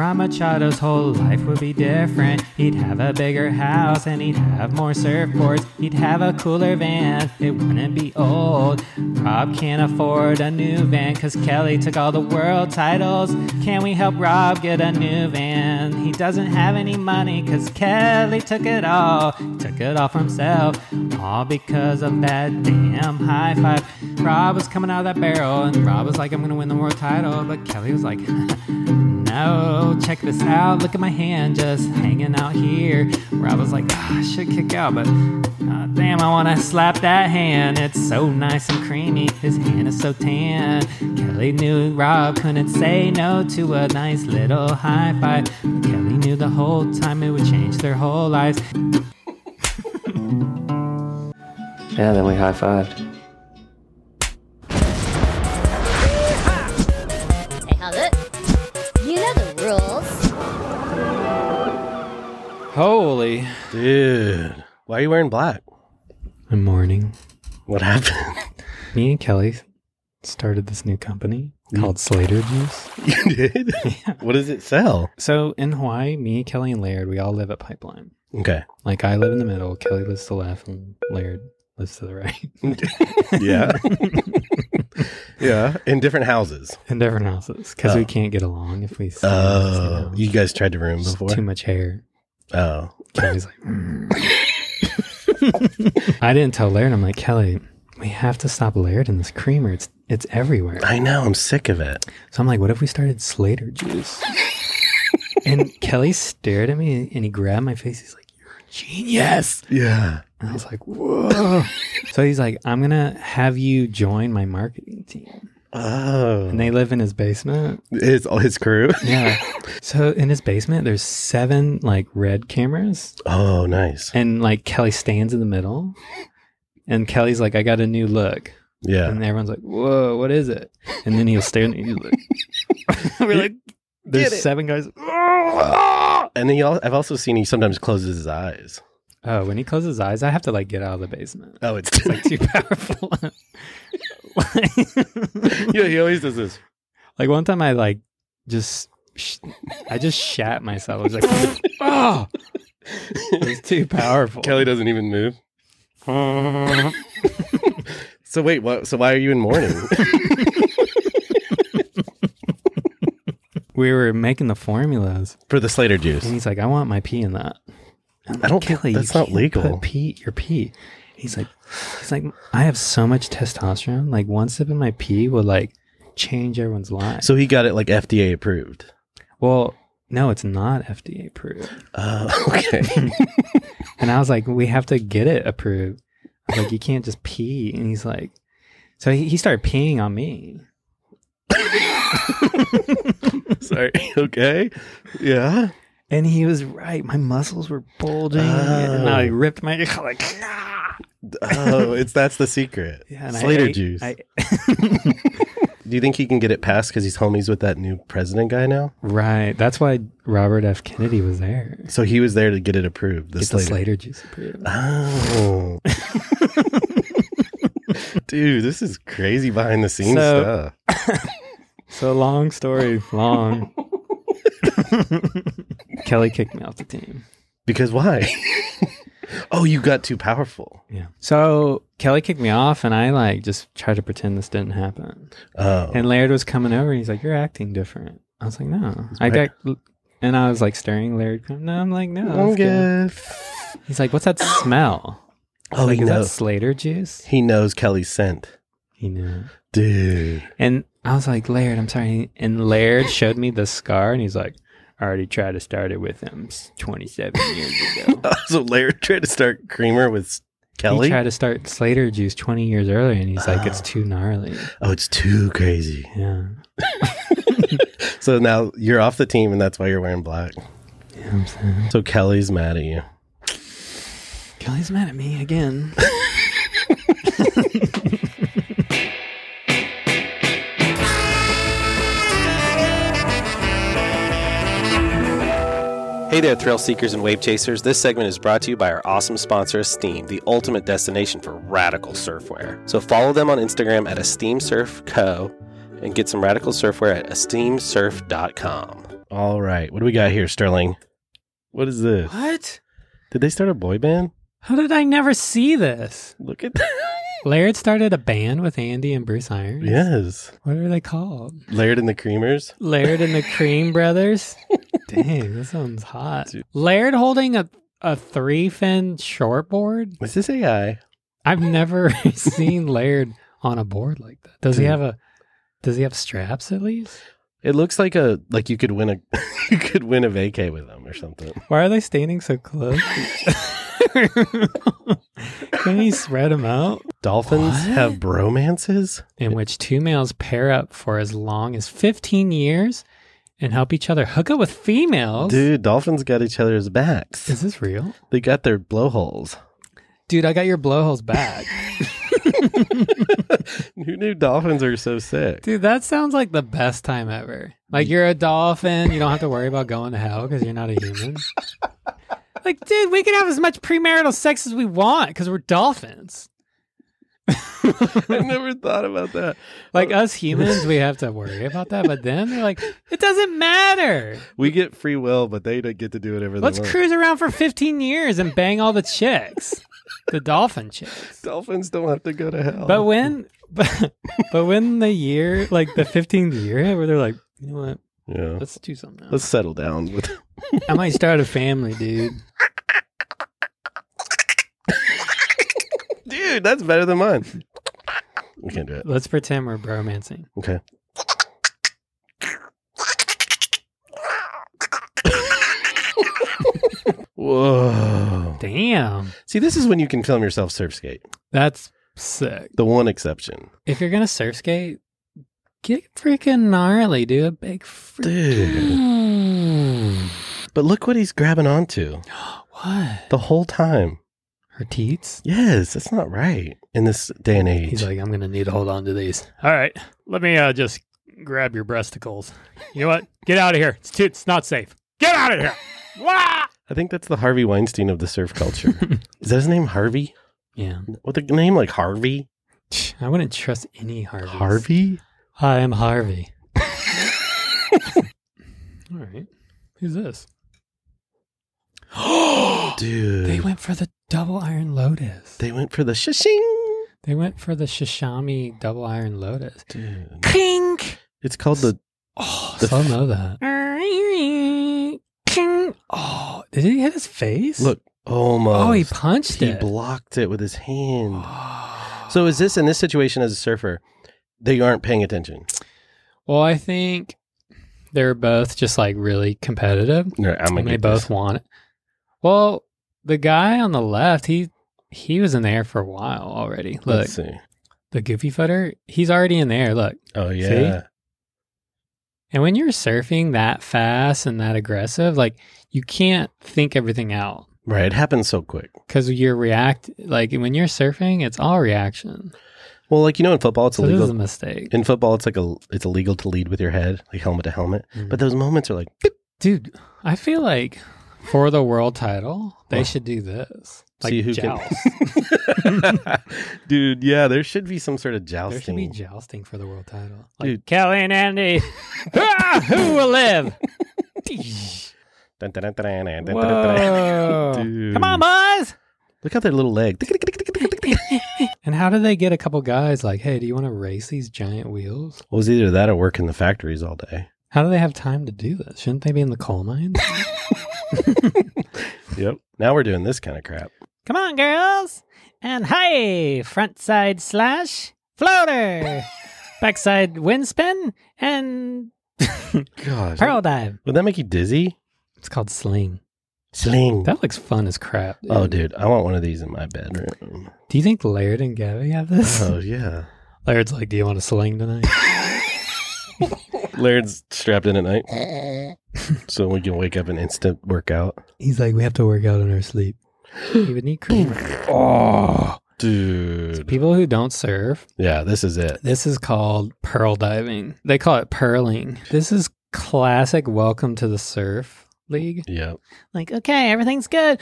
Ramachado's whole life would be different. He'd have a bigger house and he'd have more surfboards. He'd have a cooler van, it wouldn't be old. Rob can't afford a new van because Kelly took all the world titles. Can we help Rob get a new van? He doesn't have any money because Kelly took it all. He took it all for himself, all because of that damn high five. Rob was coming out of that barrel and Rob was like, I'm going to win the world title. But Kelly was like, No, check this out. Look at my hand just hanging out here. Where I was like, "Ah, I should kick out, but ah, damn, I want to slap that hand. It's so nice and creamy. His hand is so tan. Kelly knew Rob couldn't say no to a nice little high five. But Kelly knew the whole time it would change their whole lives. Yeah, then we high fived. Say hello. You know the rules. Holy. Dude, why are you wearing black? Good morning. What happened? Me and Kelly started this new company Mm-hmm. called Slater Juice. you did? What does it sell? So in Hawaii, me, Kelly, and Laird, we all live at Pipeline. Okay. Like I live in the middle, Kelly lives to the left, and Laird lives to the right. Yeah. yeah. In different houses. In different houses. Because Oh. we can't get along if we stay in the same Oh, house. you guys tried to room Just before? Too much hair. Oh, Kelly's like "Mm." I didn't tell Laird, I'm like, Kelly, we have to stop Laird in this creamer. It's it's everywhere. I know. I'm sick of it. So I'm like, what if we started Slater juice? and Kelly stared at me and he grabbed my face. He's like, You're a genius. Yeah. And I was like, whoa. so he's like, I'm going to have you join my marketing team. Oh, And they live in his basement. his his crew. Yeah. so in his basement, there's seven like red cameras. Oh, nice. And like Kelly stands in the middle. And Kelly's like, I got a new look. Yeah. And everyone's like, whoa, what is it? And then he'll stare at me. He's like, we're like, there's seven guys. And then you all, I've also seen he sometimes closes his eyes. Oh, when he closes his eyes, I have to like get out of the basement. Oh, it's It's like too powerful. Like- yeah. He always does this. Like one time, I like just sh- I just shat myself. I was like, oh, it was too powerful. Kelly doesn't even move. so wait, what? So why are you in mourning? We were making the formulas, For the Slater juice. and he's like, I want my pee in that. I'm like, I don't think Kelly, you that's not can't legal." Put pee, your pee. He's like, he's like, I have so much testosterone. Like one sip of my pee will like change everyone's life. So he got it like FDA approved. well, no, it's not FDA approved. Uh, Oh, okay. And I was like, we have to get it approved. I was like, you can't just pee. And he's like, so he, he started peeing on me. Sorry. Okay. Yeah. And he was right. My muscles were bulging. And I ripped my, like, "Ah." Oh, it's that's the secret. Yeah, and I Slater ate- juice. I- Do you think he can get it passed because he's homies with that new president guy now? right. That's why Robert F. Kennedy was there. So he was there to get it approved. The Get the Slater. Slater juice approved. Oh. Dude, this is crazy behind the scenes So- stuff. So long story, long. Kelly kicked me off the team. Because why? oh, you got too powerful. Yeah. So Kelly kicked me off, and I like just tried to pretend this didn't happen. Oh. And Laird was coming over and he's like, You're acting different. I was like, No. I got and I was like staring Laird come- No, I'm like, no, I'm that's good. good. He's like, What's that smell? Oh, like, he is that knows. Slater juice? He knows Kelly's scent. He knew. Dude. And I was like, Laird, I'm sorry. And Laird showed me the scar and he's like, I already tried to start it with him s- 27 years ago. so Laird tried to start creamer with Kelly. He tried to start Slater juice 20 years earlier and he's like, It's Oh. too gnarly. oh, it's too crazy. Yeah. So now you're off the team, and that's why you're wearing black. You know what I'm saying? So Kelly's mad at you. Kelly's mad at me again. Hey there, thrill seekers and wave chasers. This segment is brought to you by our awesome sponsor, Esteem, the ultimate destination for radical surfwear. So follow them on Instagram at Esteem Surf Co. and get some radical surfwear at esteemsurf.com. All right. What do we got here, Sterling? What is this? What? Did they start a boy band? How did I never see this? Look at that. Laird started a band with Andy and Bruce Irons. yes. What are they called? Laird and the Creamers. Laird and the Cream Brothers. Dang, this one's hot. Dude. Laird holding a a three fin shortboard. Is this AI? I've never seen Laird on a board like that. Does he Dude. have a? Does he have straps at least? It looks like a like you could win a you could win a vacay with them or something. Why are they standing so close? Can he spread them out? Dolphins What? have bromances. in which two males pair up for as long as 15 years and help each other hook up with females. Dude, dolphins got each other's backs. Is this real? They got their blowholes. Dude, I got your blowholes back. Who knew dolphins are so sick? Dude, that sounds like the best time ever. Like you're a dolphin, you don't have to worry about going to hell because you're not a human. like, dude, we can have as much premarital sex as we want because we're dolphins. I never thought about that. Like us humans, we have to worry about that. But then they're like, it doesn't matter. We get free will, but they don't get to do whatever they Let's want. cruise around for 15 years and bang all the chicks, the dolphin chicks. dolphins don't have to go to hell. But when, but, but when the year, like the 15th year, hit, where they're like, you know what, yeah. let's do something. Else. Let's settle down with I might start a family, dude. Dude, that's better than mine. We can't do it. Let's pretend we're bromancing. Okay. Whoa. Damn, See, this is when you can film yourself surf skate. that's sick. The one exception. If you're gonna surf skate, get freaking gnarly, dude. A big Dude. freaking. But look what he's grabbing onto What? the whole time. Her teats? Yes, that's not right in this day and age. He's like, I'm gonna need to hold on to these. All right, let me uh, just grab your breasticles. You know what? Get out of here. It's too, it's not safe. Get out of here. Wah! I think that's the Harvey Weinstein of the surf culture. is that his name, Harvey? Yeah, With a name like Harvey? I wouldn't trust any Harvey. Harvey? Hi, I'm Harvey. All right, who's this? Dude. They went for the double iron lotus. They went for the shishing. They went for the Shishami double iron lotus. Dude. Kink. It's called the Oh, The so f- know that. Kink. Oh, did he hit his face? look. Almost. Oh, he punched He it. blocked it with his hand. Oh. So is this in this situation as a surfer? They aren't paying attention. Well, I think they're both just like really competitive. No, I'm and they both want it. Well, the guy on the left, he he was in there for a while already. Look, Let's see. the goofy footer, he's already in there. Look. Oh yeah. And when you're surfing that fast and that aggressive, like you can't think everything out Right. It happens so quick. because you're react like when you're surfing, it's all reaction. Well, like you know, in football, it's so this illegal. is a mistake, in football, it's like a it's illegal to lead with your head, like helmet to helmet. Mm. But those moments are like, beep. dude. I feel like for the world title, they Well, should do this. Like see who joust. can. Dude, yeah, there should be some sort of there should be jousting. jousting for the world title. Like Dude. Kelly and Andy, ah, who will live? Dun, dun, dun, dun, dun, dun, dun, dun. Whoa. Dude. Come on, boys! Look at their little leg. And how do they get a couple guys like, hey, do you want to race these giant wheels? Well, it was either that or work in the factories all day. How do they have time to do this? Shouldn't they be in the coal mines? Yep. Now we're doing this kind of crap. Come on, girls! And hey, front side slash floater, backside wind spin, and Gosh. pearl dive. Would that make you dizzy? It's called sling. Sling. That looks fun as crap. oh, dude. I want one of these in my bedroom. Do you think Laird and Gabby have this? Oh, yeah. Laird's like, do you want to sling tonight? Laird's strapped in at night. so we can wake up and instant workout. He's like, we have to work out in our sleep. He would need cream. Oh, dude. People who don't surf, Yeah, this is it. this is called pearl diving. They call it pearling. This is classic welcome to the surf league. Yeah. Like, okay, everything's good.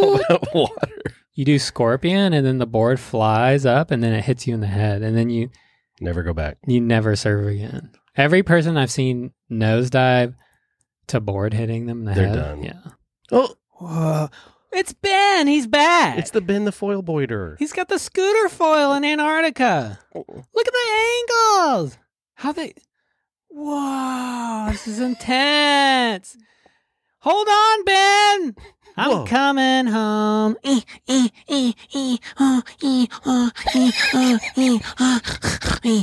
Water. you do scorpion and then the board flies up and then it hits you in the head and then you Never go back. you never serve again. Every person I've seen nosedive to board hitting them in the They're head. done. Yeah. Oh, Whoa. It's Ben. He's back. it's the Ben the Foil Boiter. He's got the scooter foil in Antarctica. Look at the angles. How they. Whoa, this is intense. Hold on, Ben. I'm Whoa. coming home. Eh, eh, eh, eh, oh, eh, oh, eh, oh, eh, oh, eh, oh, eh,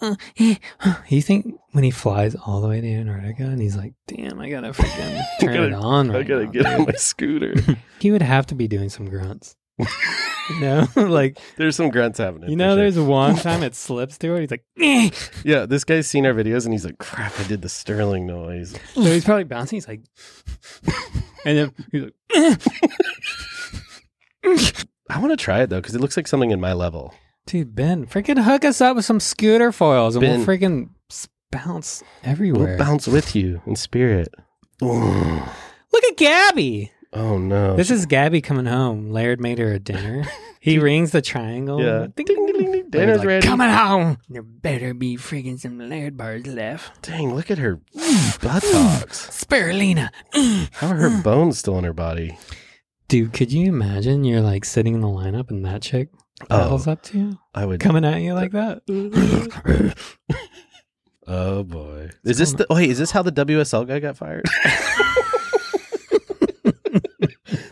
oh, eh, oh. You think when he flies all the way to Antarctica and he's like, damn, I gotta freaking turn it gotta- on. Right I gotta now, get dude." on my scooter. He would have to be doing some grunts. you know, like There's some grunts happening. you for know, sure. there's one time it slips through it. He's like, "Eh." yeah. This guy's seen our videos and he's like, "Crap, I did the Sterling noise." so he's probably bouncing. He's like, and then he's like, "Eh." I want to try it though because it looks like something in my level. dude, Ben, freaking hook us up with some scooter foils, and we'll Ben. freaking s- bounce everywhere. We'll bounce with you in spirit. Ooh. Look at Gabby. Oh no. This is Gabby coming home. Laird made her a dinner. He rings the triangle. yeah. Ding, Ding, ding, ding, ding. Laird's Dinner's like, ready. Coming home. There better be freaking some Laird bars left. Dang, look at her buttocks. Spirulina. Mm. How are her bones still in her body? Dude, could you imagine you're like sitting in the lineup and that chick paddles up to you? I would. Coming at you like that? Mm-hmm. Oh boy. Is this the wait, is this how the WSL guy got fired?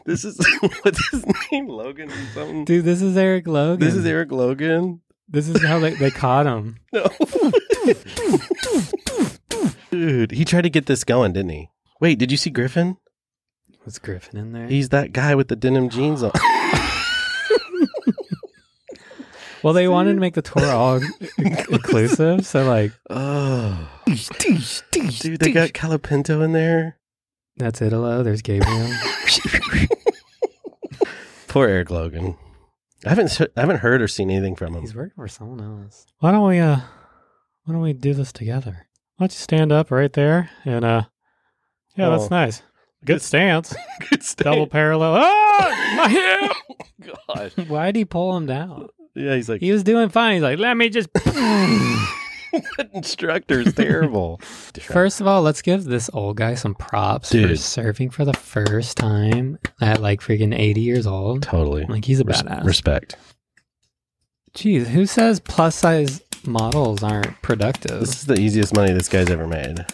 this is what's his name? Logan or something? Dude, this is Eric Logan. This is Eric Logan. This is how they, they caught him. No. Dude, he tried to get this going, didn't he? Wait, did you see Griffin? Was Griffin in there? He's that guy with the denim jeans on. well, they wanted to make the tour all inclusive, so like Oh. Dude, they got Calapinto in there. that's Italo. There's Gabriel. Poor Eric Logan. I haven't s- I haven't heard or seen anything from him. He's working for someone else. Why don't we uh, why don't we do this together? Why don't you stand up right there and uh, yeah, Oh. that's nice. Good stance, Good stuff. double parallel. Ah, my hip. Oh, God. Why'd he pull him down? Yeah, he's like He was doing fine. He's like, let me just. that instructor's terrible. First of all, let's give this old guy some props for Dude. serving for the first time at like freaking 80 years old. totally Like, he's a Res- badass. respect. Jeez, who says plus size models aren't This productive? is the easiest money this guy's ever made.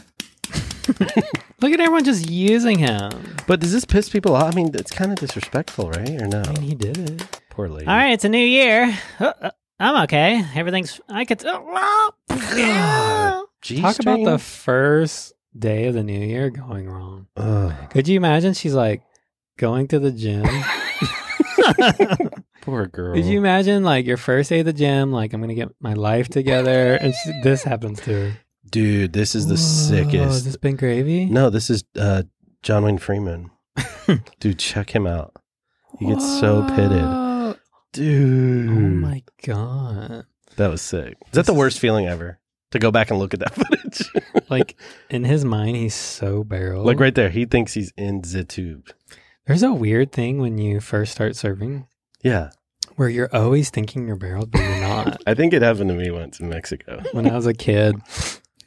Look at everyone just using him. But does this piss people off? I mean, it's kind of disrespectful, right? Or no? I mean, he did it. Poor lady. All right, it's a new year. Uh, uh, I'm okay. Everything's. I could. Oh, wow. Talk about the first day of the new year going wrong. Ugh, Could you imagine? She's like going to the gym. poor girl. Could you imagine like your first day at the gym? Like I'm gonna get my life together, and she, this happens to her. Dude, this is the Whoa, Has sickest. this been gravy? No, this is uh, John Wayne Freeman. Dude, check him out. He gets so pitted. Mm. Whoa. Dude, Oh my god! that was sick. Is that the This is- worst feeling ever? To go back and look at that footage, Like in his mind, he's so barreled. like right there, he thinks he's in the tube. There's a weird thing when you first start serving Yeah, where you're always thinking you're barreled, but you're not. I think it happened to me once in Mexico. when I was a kid,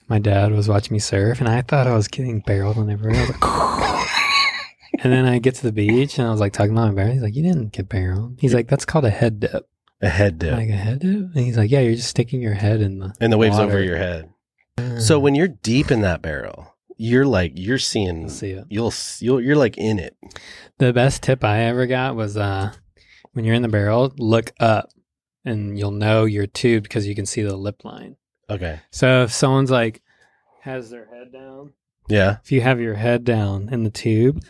my dad was watching me surf, and I thought I was getting barreled whenever I was like. And then I get to the beach and I was like talking about my barrel. He's like, You didn't get barreled. He's like, That's called a head dip. A head dip, Like a head dip? And he's like, Yeah, you're just sticking your head in the. and the waves over water. Mm. your head. Mm. So when you're deep in that barrel, you're like you're I seeing. see it. You'll s- you'll you're like in it. The best tip I ever got was uh, when you're in the barrel, look up and you'll know you're tubed because you can see the lip line. Okay. So if someone's like, has their head down, Yeah. if you have your head down in the tube,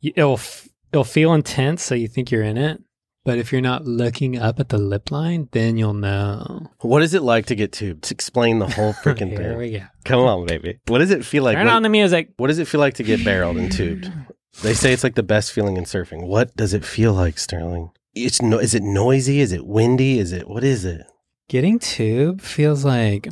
you, it'll f- it'll feel intense, so you think you're in it. But if you're not looking up at the lip line, then you'll know. What is it like to get tubed? To explain the whole freaking Here thing. we go. Come on, baby. What does it feel like? Turn when- on the music. what does it feel like to get barreled and tubed? They say it's like the best feeling in surfing. What does it feel like, Sterling? It's no. Is it noisy? Is it windy? Is it what is it? Getting tube feels like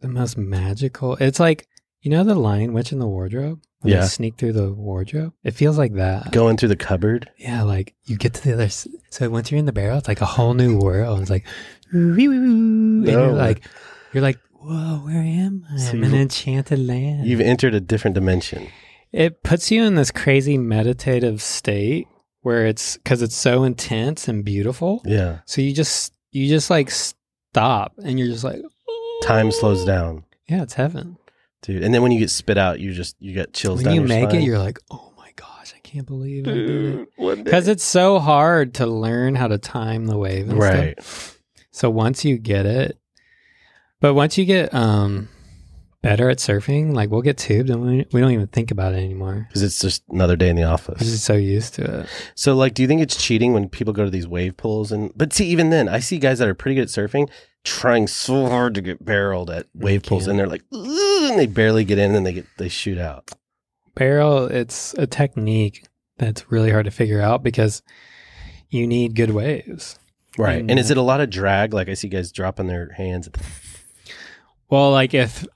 the most magical. It's like You know the Lion Witch in the wardrobe? When Yeah. They sneak through the wardrobe? It feels like that. Going through the cupboard. Yeah, like you get to the other. s- So once you're in the barrel, it's like a whole new world. It's like, "Wee, wee, wee," and No. you're like, you're like, whoa, where am I? So I'm you've- in an enchanted land. You've entered a different dimension. It puts you in this crazy meditative state where it's because it's so intense and beautiful. Yeah. So you just you just like stop and you're just like, Time slows down, yeah, it's heaven. dude. And then when you get spit out, you just you get chills When down you your make spine. it, you're like, oh my gosh, I can't believe I did it. one day. Because it's so hard to learn how to time the wave. And Stuff. right. So once you get it, but once you get um better at surfing, like we'll get tubed and we, we don't even think about it anymore. Because it's just another day in the We're office. just so used to it. So, like, do you think it's cheating when people go to these wave pools? And but see, even then, I see guys that are pretty good at surfing trying so hard to get barreled at wave pools, and they're like, "Ugh," and they barely get in, and they get they shoot out. Barrel, it's a technique that's really hard to figure out because you need good waves. Right. Mm. And is it a lot of drag? Like, I see guys dropping their hands. Well, like if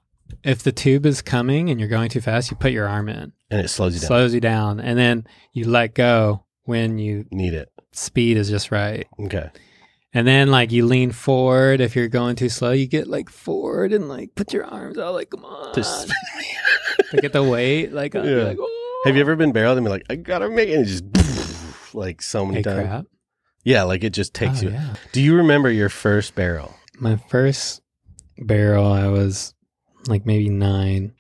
if the tube is coming and you're going too fast, you put your arm in, And it slows you down. slows you down, and then you let go when you Need it. speed is just right. Okay. And then like you lean forward if you're going too slow, you get like forward and like put your arms out like come on. Just- to get the weight like, uh, Yeah. like oh. Have you ever been barreled and be like, I gotta make it? And it just like so many "Oh, Hey, times. crap. Yeah, like it just takes Oh, you. yeah. Do you remember your first barrel? My first barrel I was like maybe 9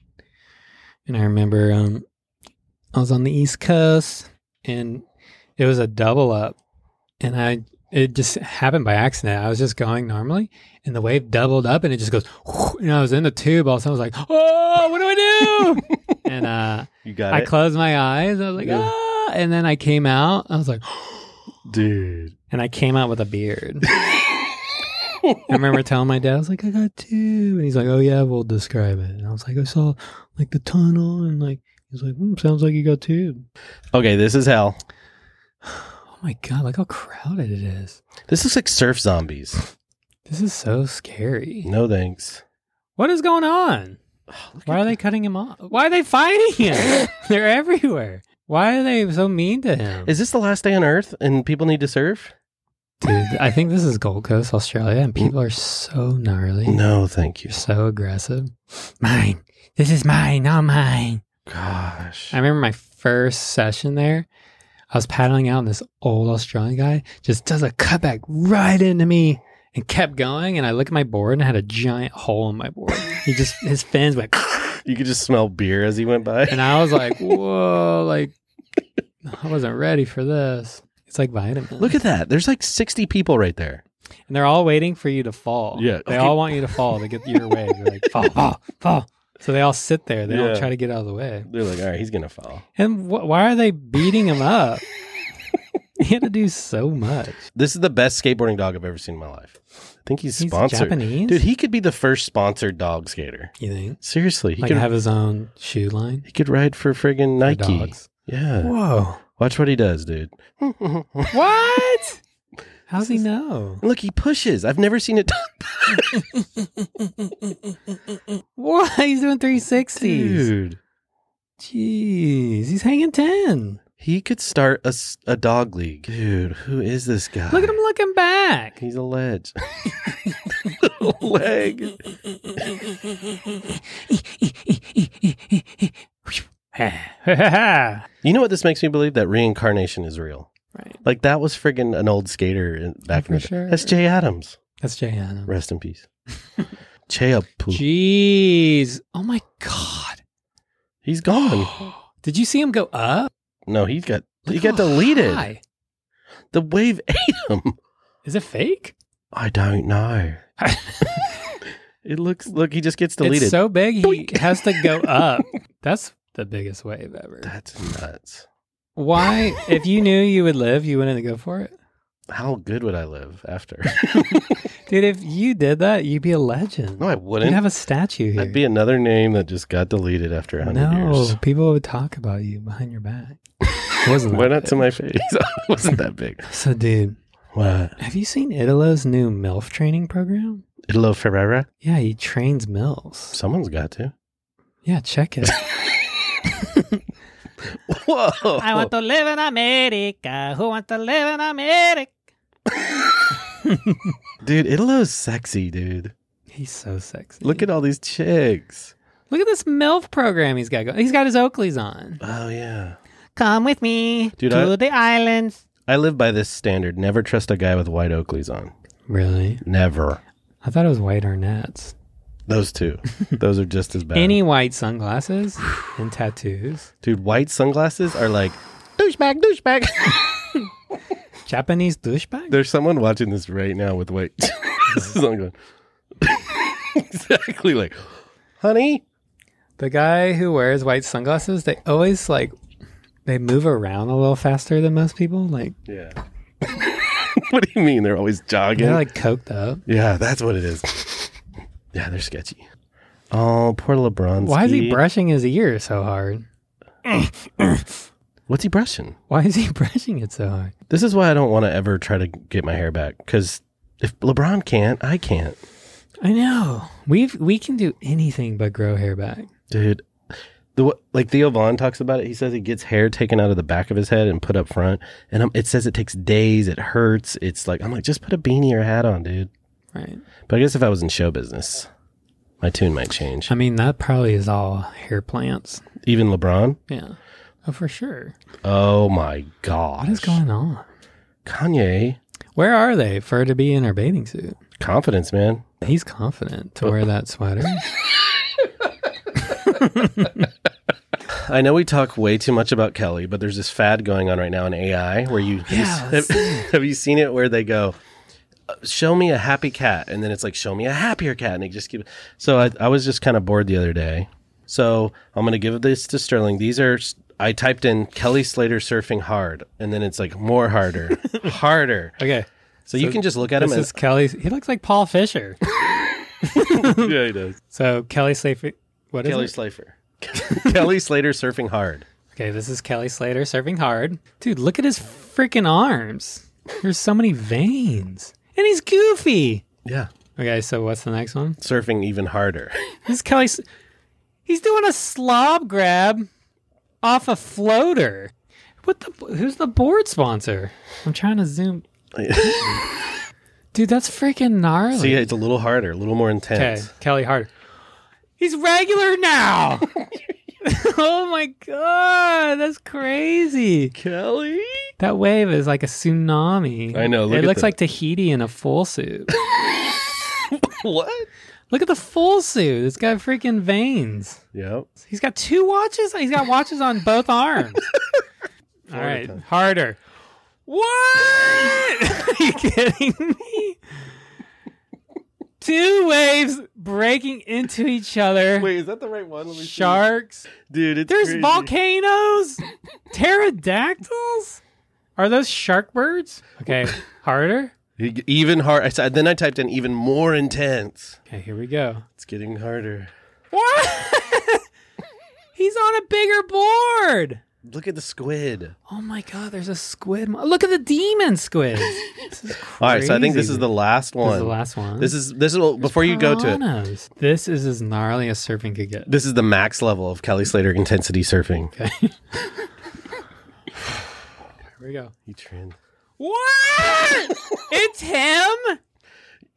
and I remember um I was on the East Coast and it was a double up and I it just happened by accident. I was just going normally and the wave doubled up and it just goes and I was in the tube all of a sudden I was like, "Oh, what do I do?" and uh You got I it, closed my eyes. I was like, Yeah. ah, and then I came out. I was like, dude. and I came out with a beard. I remember telling my dad, I was like, I got two, and he's like, Oh yeah, we'll describe it. And I was like, I saw like the tunnel, and like he's like, hmm, sounds like you got two. Okay, this is hell. Oh my god, look how crowded it is. This looks like surf zombies. This is so scary. No thanks. What is going on? Why are they cutting him off? Why are they fighting him? They're everywhere. Why are they so mean to him? Is this the last day on Earth and people need to surf? Dude, I think this is Gold Coast, Australia, and people are so gnarly. No, thank you. You're so aggressive. Mine. This is mine, not mine. Gosh. I remember my first session there. I was paddling out, and this old Australian guy just does a cutback right into me and kept going. And I look at my board and I had a giant hole in my board. he just, his fins went, You could just smell beer as he went by. and I was like, whoa, like, I wasn't ready for this. It's like vitamin. Look at that. There's like 60 people right there. and they're all waiting for you to fall. Yeah. They all want you to fall to get your way. They're like, fall, fall, fall. So they all sit there. They Yeah. don't try to get out of the way. They're like, all right, he's going to fall. And wh- why are they beating him up? he had to do so much. This is the best skateboarding dog I've ever seen in my life. I think he's, He's sponsored. Japanese. Dude, he could be the first sponsored dog skater. you think? Seriously. He, like could, have his own shoe line he could ride for friggin' for Nike. dogs. Yeah. Whoa! Watch what he does, dude. what? How's he know? Look, he pushes. I've never seen it done. What? He's doing three sixties. Dude. Jeez, he's hanging ten. He could start a, s- a dog league. Dude, who is this guy? Look at him looking back. He's a ledge. Little leg. right. You know what this makes me believe? That reincarnation is real. Like that was friggin' an old skater in, back for in the day. sure. That's Jay Adams. That's Jay Hanna. Rest in peace. Jay up. Jeez. Oh my god. He's gone. Did you see him go up? No, he got he Look got how deleted. high. The wave ate him. Is it fake? I don't know. It looks look. He just gets deleted. It's so big he has to go up. That's the biggest wave ever. That's nuts. Why if you knew you would live, you wouldn't go for it? How good would I live after? Dude, if you did that, you'd be a legend. no, I You'd wouldn't. have a statue here. I'd be another name that just got deleted after a hundred no, years. people would talk about you behind your back. It wasn't that Why not to big. my face? it wasn't that big. So dude, What? have you seen Idolo's new MILF training program? Italo Ferreira? Yeah, he trains MILFs. Someone's got to. Yeah, check it. Whoa. I want to live in America. Who wants to live in America? dude, Italo's sexy, dude. He's so sexy. Look at all these chicks. look at this MILF program he's got going. He's got his Oakleys on. Oh, yeah. Come with me Dude, to I- the islands. I live by this standard. Never trust a guy with white Oakleys on. Really? Never. I thought it was white Arnett's. Those two. Those are just as bad. Any white sunglasses and tattoos. Dude, white sunglasses are like douchebag, douchebag. Japanese douchebag? There's someone watching this right now with white sunglasses. exactly like, honey. The guy who wears white sunglasses, they always like they move around a little faster than most people. Like Yeah. what do you mean? They're always jogging. they're like coked up. yeah, that's what it is. yeah, they're sketchy. Oh, poor LeBron. Why is he brushing his ear so hard? What's he brushing? Why is he brushing it so hard? This is why I don't want to ever try to get my hair back. Because if LeBron can't, I can't. I know. We've we can do anything but grow hair back. dude. The wa- like Theo Vaughn talks about it. He says he gets hair taken out of the back of his head and put up front, and um, it says it takes days. It hurts. It's like I'm like just put a beanie or hat on, dude. Right. But I guess if I was in show business, my tune might change. I mean that probably is all hair plants. Even LeBron. Yeah. Oh for sure. Oh my god, What is going on? Kanye Where are they for her to be in her bathing suit? confidence, man. He's confident to wear that sweater. I know we talk way too much about Kelly, but there's this fad going on right now in AI where you have, you- Yeah, let's have, have you seen it where they go, "Uh, show me a happy cat, and then it's like show me a happier cat, and they just keep. So I, I was just kind of bored the other day, so I'm gonna give this to Sterling. These are s- I typed in Kelly Slater surfing hard, and then it's like more harder, harder. Okay. So, you can just look at him This and is Kelly. He looks like Paul Fisher. yeah, he does. So Kelly Slater. What is Kelly it? Slater, Kelly Slater surfing hard. Okay, this is Kelly Slater serving hard. Dude, look at his freaking arms. There's so many veins. And he's goofy. Yeah, Okay, so what's the next one? surfing even harder. This is Kelly. S- He's doing a slob grab off a floater. What the? Who's the board sponsor? I'm trying to zoom. Dude, that's freaking gnarly. See, it's a little harder, a little more Okay, intense. Kelly Hart. He's regular now. oh my god, that's crazy. Kelly. That wave is like a tsunami. I know, look it at looks the- like Tahiti in a full suit. What? look at the full suit. It's got freaking veins. Yep. He's got two watches. He's got watches on both arms. All right, harder. What? Are you kidding me? Two waves breaking into each other. Wait, is that the right one? Let me see. Sharks. Dude, it's There's crazy. volcanoes. Pterodactyls. Are those shark birds? Okay, harder. E- Even hard. I, s- then I typed in even more intense. Okay, here we go. It's getting harder. What? He's on a bigger board. Look at the squid. Oh my god, there's a squid. Mo- Look at the demon squid. This is All right, so I think this crazy. is the last one. This is the last one. This is this is before you go to it. Piranhas. This is as gnarly as surfing could get. This is the max level of Kelly Slater intensity surfing. Okay. Here we go. He trend. What? it's him?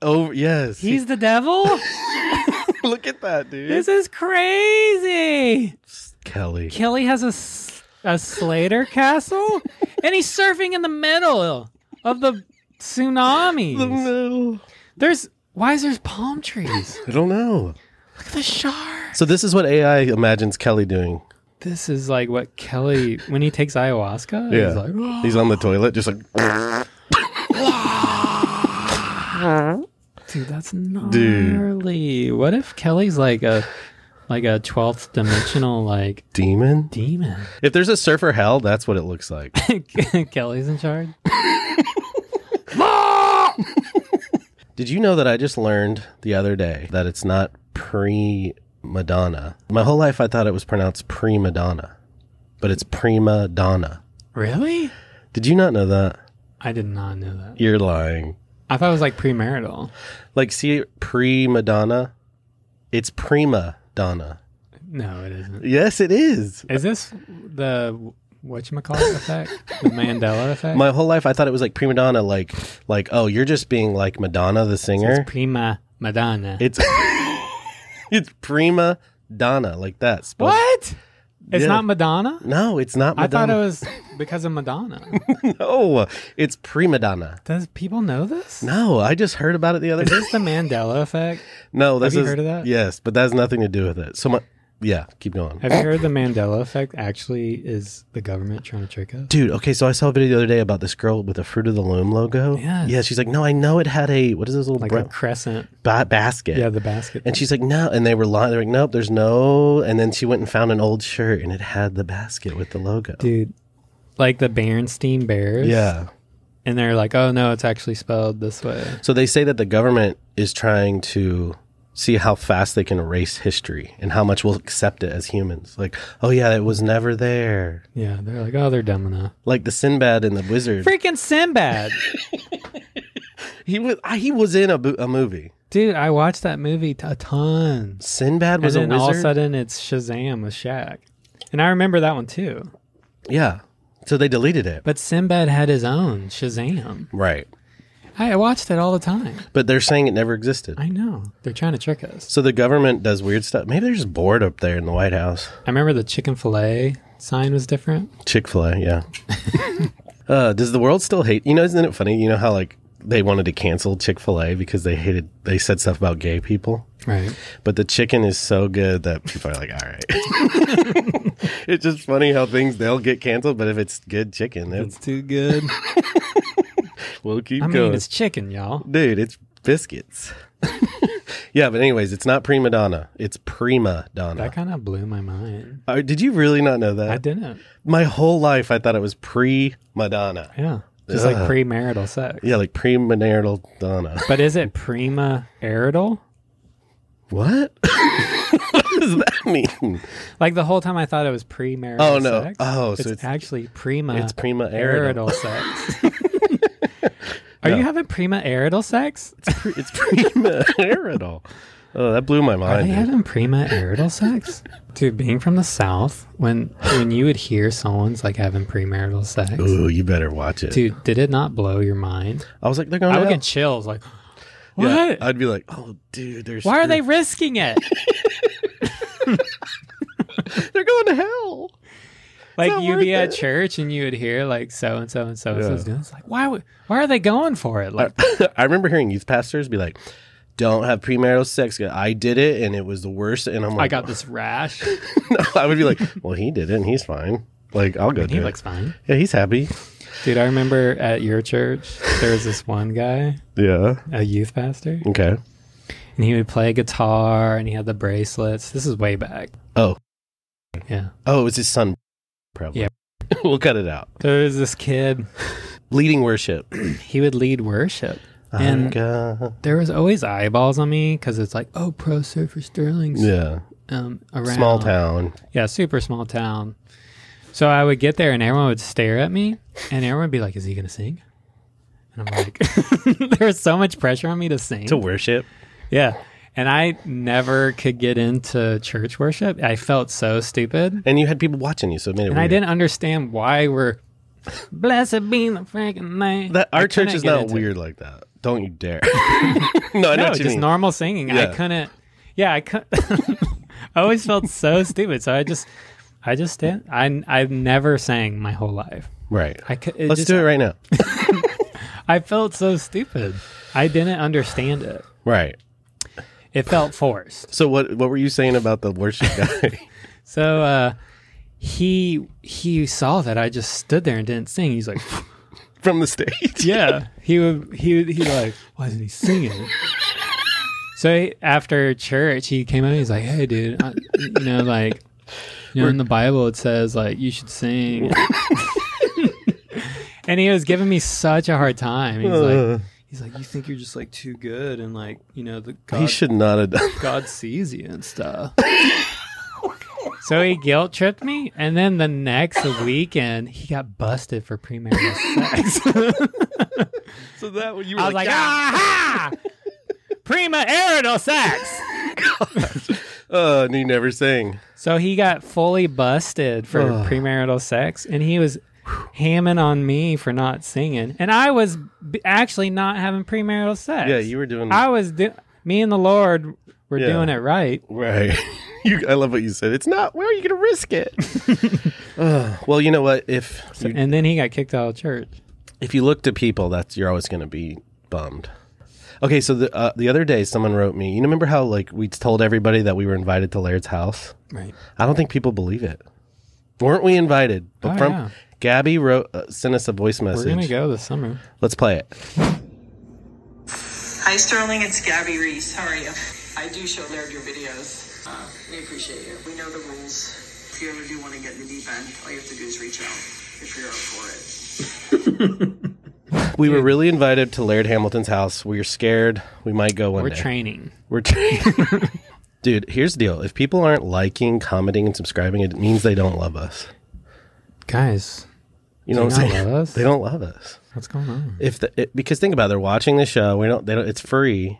Oh yes. He's the devil? look at that dude. this is crazy. Kelly. Kelly has a, s- a Slater castle and he's surfing in the middle of the tsunamis. There's why is there palm trees? I don't know. Look at the shark. So this is what AI imagines Kelly doing. This is like what Kelly when he takes ayahuasca. He's like, "Oh." He's on the toilet, just like dude, that's gnarly. What if Kelly's like a like a twelfth dimensional like demon. demon? If there's a surfer hell, that's what it looks like. Kelly's in charge. Did you know that I just learned the other day that it's not pre Madonna? My whole life I thought it was pronounced pre Madonna, but it's prima donna. Really? Did you not know that? I did not know that. You're lying. I thought it was like premarital. Like, see, pre Madonna, it's prima donna. No, it isn't. Yes, it is. Is this the whatchamacallit effect? The Mandela effect? My whole life, I thought it was like prima donna, like like oh, you're just being like Madonna the singer. It's prima Madonna. It's it's prima donna like that. spelled- what? It's Yeah. not Madonna? No, it's not. I thought it Madonna. was because of Madonna. No, it's prima donna. Does people know this? No, I just heard about it the other Is day. this the Mandela effect? No, this Have you is- heard of that? Yes, but that has nothing to do with it. So my yeah, keep going. Have you heard the Mandela effect actually is the government trying to trick us? Dude, okay, so I saw a video the other day about this girl with the Fruit of the Loom logo. Yes. Yeah, she's like, no, I know it had a, what is this little Like bro- a crescent. ba- basket? Yeah, the basket. And she's like, no. And they were lying. They're like, nope, there's no. And then she went and found an old shirt and it had the basket with the logo. Dude, like the Bernstein Bears. Yeah. And they're like, oh no, it's actually spelled this way. So they say that the government is trying to see how fast they can erase history and how much we'll accept it as humans. Like, oh, yeah, it was never there. Yeah, they're like, oh, they're dumb enough. Like the Sinbad and the Wizard. Freaking Sinbad. He was I- he was in a, bo- a movie. Dude, I watched that movie t- a ton. Sinbad was and then a all of a wizard. sudden it's Shazam with Shaq. And I remember that one too. yeah. So they deleted it. But Sinbad had his own Shazam. Right. I watched it all the time. But they're saying it never existed. I know. They're trying to trick us. So the government does weird stuff. Maybe they're just bored up there in the White House. I remember the chicken filet sign was different. Chick fil A, yeah. uh, does the world still hate? You know, isn't it funny? You know how, like, they wanted to cancel Chick fil A because they hated, they said stuff about gay people. Right. But the chicken is so good that people are like, all right. it's just funny how things, they'll get canceled, but if it's good chicken, then It's too good. we'll keep I going. mean, it's chicken, y'all. Dude, it's biscuits. yeah, but anyways, it's not prima donna. It's prima donna. That kind of blew my mind. Uh, did you really not know that? I didn't. My whole life, I thought it was pre Madonna. Yeah. Just like premarital sex. Yeah, like pre marital Donna. But is it prima arital? What? what does that mean? Like the whole time I thought it was premarital Oh, no. sex. Oh, so it's, it's- actually prima. it's prima arital arital. sex. Are you having prima arital sex? Pre- It's pre marital. Oh, that blew my Are they mind. dude. having prima arital sex? Dude, being from the South, when when you would hear someone's like having premarital sex, Ooh, you better watch it. dude, did it not blow your mind? I was like, they're going I would to get chills. Like, what? Yeah, I'd be like, oh, dude, they're Why are they screwed. risking it? They're going to hell. like not you'd be worth at it. church and you would hear like so and so and so and Yeah. so's doing. It's like why? would Why are they going for it? Like I remember hearing youth pastors be like, don't have premarital sex. I did it and it was the worst. And I'm like, I got this rash. No, I would be like, well, he did it and he's fine. Like, I'll go do He it. looks fine, yeah, he's happy. dude. I remember at your church there was this one guy, Yeah. a youth pastor, Okay. and he would play guitar and he had the bracelets. This is way back. Oh. Yeah. Oh, it was his son, probably. Yeah. we'll cut it out. There was this kid. Leading worship. He would lead worship. And- Oh, God. There was always eyeballs on me because it's like, oh, pro surfer Sterling's Yeah. um, around. Small town. Yeah, super small town. So I would get there and everyone would stare at me and everyone would be like, Is he gonna sing? And I'm like there was so much pressure on me to sing. To worship. yeah. And I never could get into church worship. I felt so stupid. And you had people watching you, so it made it And I didn't understand why we're blessed be the freaking name. That, I our church couldn't is get not into it. weird like that. Don't you dare. no, I know No, what you just mean. normal singing. I Yeah. couldn't. Yeah, I could. I always felt so stupid. So I just, I just didn't. I I've never sang my whole life. right. I could. It Let's just, do it right now. I felt so stupid. I didn't understand it. right. It felt forced. So what what were you saying about the worship guy? So uh, he he saw that I just stood there and didn't sing. He's like, From the stage. yeah. He would he would, he like, why isn't he singing? So he- after church, he came out. and He's like, "Hey, dude, I, you know, like, you know, in the Bible it says like you should sing." and he was giving me such a hard time. He's like, "He's like, you think you're just like too good, and like, you know, the God, He should not have done God sees you and stuff." so he guilt tripped me, and then the next weekend he got busted for premarital sex. So that you I was like, "Aha!" Prima arital sex. Oh, and he never sang. So he got fully busted for Ugh. premarital sex, and he was hamming on me for not singing, and I was b- actually not having premarital sex. Yeah, you were doing I was do- me and the Lord were Yeah. doing it right. right. you, I love what you said. It's not. Where are you going to risk it? Ugh. well, you know what? If So- you, and then he got kicked out of church. if you look to people, that's you're always going to be bummed. Okay, so the uh, the other day, someone wrote me. You remember how like we told everybody that we were invited to Laird's house? Right. I don't think people believe it. Weren't we invited? But Oh, from yeah. Gabby wrote uh, sent us a voice We're message. gonna go this summer. Let's play it. Hi, Sterling. It's Gabby Reese. How are you? I do show Laird your videos. Uh, we appreciate you. We know the rules. If you ever do want to get in the deep end, all you have to do is reach out if you're up for it. We were really invited to Laird Hamilton's house. We were scared. We might go one We're day. training. We're trained. Dude, here's the deal. If people aren't liking, commenting, and subscribing, it means they don't love us. Guys, You know They what I'm don't saying? love us? They don't love us. what's going on? If the, it, because think about it, they're watching the show. We don't. They don't. It's free,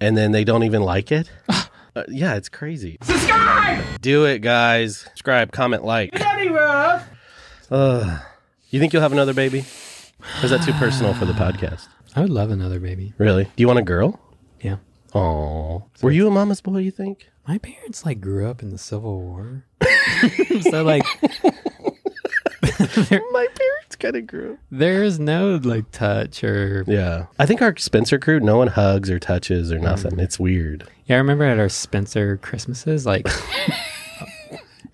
and then they don't even like it. Uh, yeah, it's crazy. Subscribe. Do it, guys. Subscribe, comment, like. Ugh. you think you'll have another baby? Or is that too personal for the podcast? I would love another baby. Really? Do you want a girl? Yeah. Oh, were you a mama's boy? You think? My parents like grew up in the Civil War. so like My parents kind of grew. there is no like touch or Yeah, I think our Spencer crew, no one hugs or touches or nothing. It's weird. Yeah, I remember at our Spencer Christmases, like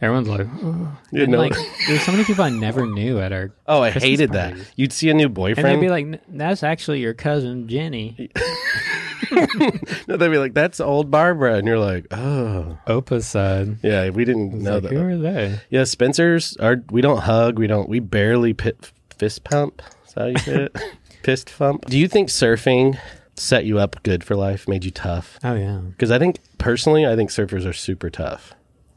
everyone's like, "Ugh." You And, know- like there's so many people I never knew at our, Oh, I Christmas hated that. parties. You'd see a new and boyfriend. they'd be like, "N- "That's actually your cousin Jenny." no, they'd be like, "That's old Barbara," and you're like, "Oh, Opa's son. yeah." We didn't It's know like, that. who are they? Yeah, Spencer's are. We don't hug. We don't. We barely pit, fist pump. Is that how you say it? Fist pump. Do you think surfing set you up good for life? Made you tough? Oh yeah, Because I think personally, I think surfers are super tough.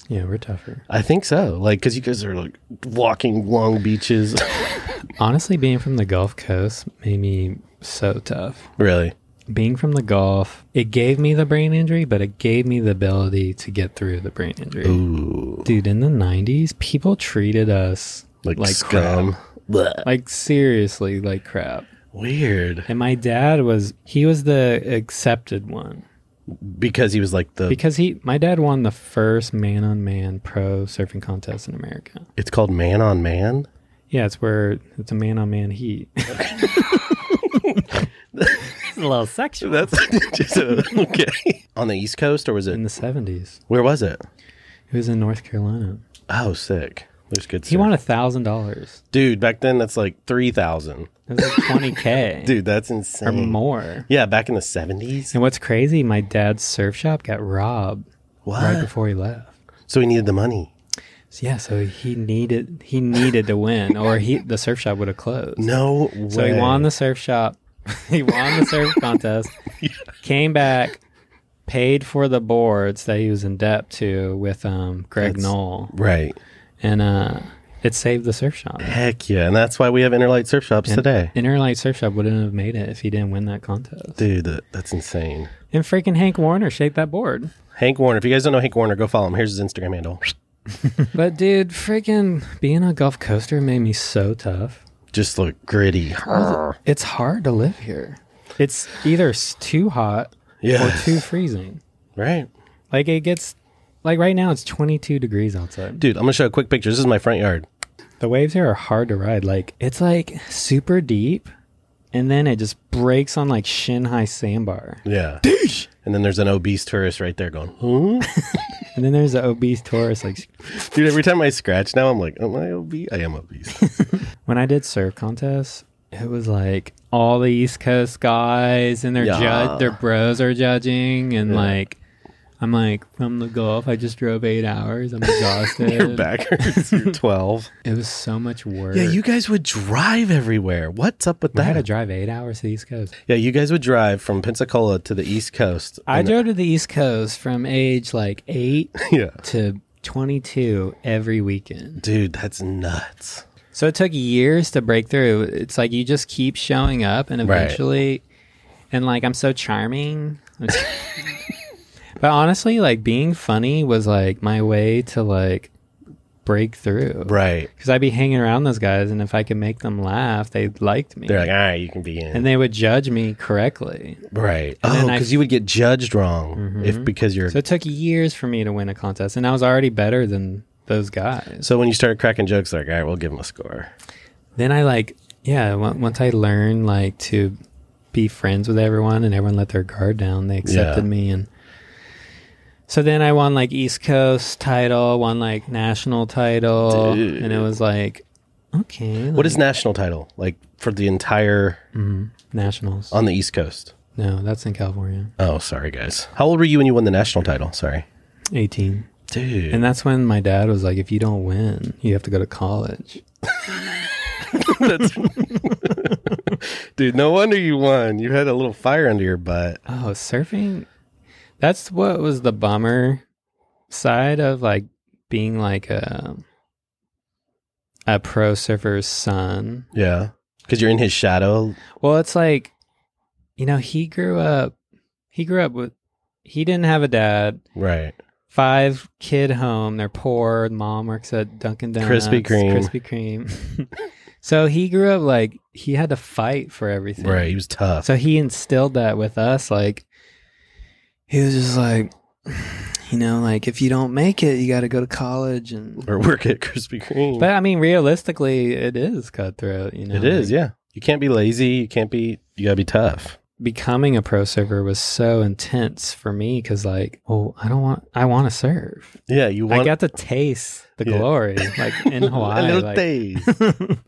yeah, we're tougher. I think so. Like, because you guys are like walking long beaches. Honestly, being from the Gulf Coast made me so tough. really? Being from the Gulf, it gave me the brain injury, but it gave me the ability to get through the brain injury. Ooh, Dude, in the '90s, people treated us like, like scum. crap. Blech. Like seriously, like crap. Weird. And my dad was he was the accepted one Because he was like the. because he my dad won the first man on man pro surfing contest in America. it's called man on man. Yeah, it's where it's a man on man heat. it's a little sexual. That's just a, okay. On the East Coast, or was in it? the 70s. Where was it? He was in North Carolina. Oh, sick. There's good. He surf. won a thousand dollars. dude. Back then, that's like three thousand. It was like twenty k Dude, that's or insane. more. Yeah, back in the seventies. And what's crazy, my dad's surf shop got robbed What? right before he left. So he needed the money. So, yeah, so he needed he needed to win, or he the surf shop would have closed. No way. So he won the surf shop. he won the surf contest. Came back, paid for the boards that he was in debt to with um, Greg That's- Knoll, right. and uh, it saved the surf shop. Heck yeah, and that's why we have Interlight Surf Shops And today. Interlight Surf Shop wouldn't have made it if he didn't win that contest. Dude, that, that's insane. And freaking Hank Warner shaped that board. Hank Warner. If you guys don't know Hank Warner, go follow him. Here's his Instagram handle. But dude, freaking being a Gulf Coaster made me so tough. Just look gritty. It's hard to live here. It's either s- too hot or Yeah. too freezing. Right. Like it gets like right now it's 22 degrees outside. Dude, I'm gonna show a quick picture. This is my front yard. The waves here are hard to ride. Like it's like super deep and then it just breaks on like shin high sandbar. Yeah. And then there's an obese tourist right there going, huh? And then there's the obese tourist like Dude, every time I scratch now, I'm like, am I obese? I am obese. when I did surf contests, it was like all the East Coast guys and their Yeah. judge, their bros are judging, and like I'm like from the Gulf. I just drove eight hours. I'm exhausted. Your back hurts. You're 12. It was so much work. Yeah, you guys would drive everywhere. What's up with I had to that? drive eight hours to the East Coast. yeah, you guys would drive from Pensacola to the East Coast. I and- drove to the East Coast from age like eight Yeah. to 22 every weekend. Dude, that's nuts. So it took years to break through. It's like you just keep showing up and Right. eventually, and like I'm so charming. I'm just- But honestly, like being funny was like my way to like break through. Right. Because I'd be hanging around those guys, and if I could make them laugh, they liked me. They're like, all right, you can be in. and they would judge me correctly. right. and Oh, then I- because you would get judged wrong if because you're. So Mm-hmm. So, it took years for me to win a contest, and I was already better than those guys. when you started cracking jokes, they're like, all right, we'll give them a score. Then I like, yeah, on- once I learned like to be friends with everyone, and everyone let their guard down, they accepted Yeah. me, and so then I won like East Coast title, won like national title, and it was like, okay, What like, is national title like for the entire nationals? on the East Coast? no, that's in California, Oh, sorry guys. How old were you when you won the national title? Sorry, eighteen. dude. And that's when my dad was like, if you don't win, you have to go to college. dude, no wonder you won. You had a little fire under your butt. Oh, surfing. That's what was the bummer side of like being like a a pro surfer's son. Yeah, because you're in his shadow. Well, it's like you know, he grew up he grew up with he didn't have a dad. Right. Five kid home, they're poor, mom works at Dunkin' Donuts, Krispy Kreme. Krispy Kreme. so he grew up like he had to fight for everything. Right. He was tough. So he instilled that with us. Like, he was just like, you know, like if you don't make it, you got to go to college. And or work at Krispy Kreme. but I mean, realistically, it is cutthroat. You know, it is. Like, Yeah. You can't be lazy. You can't be. You gotta be tough. Becoming a pro server was so intense for me because, like, oh, I don't want. I want to serve. Yeah. You want I got to taste the Yeah. glory, like in Hawaii. a little like, taste.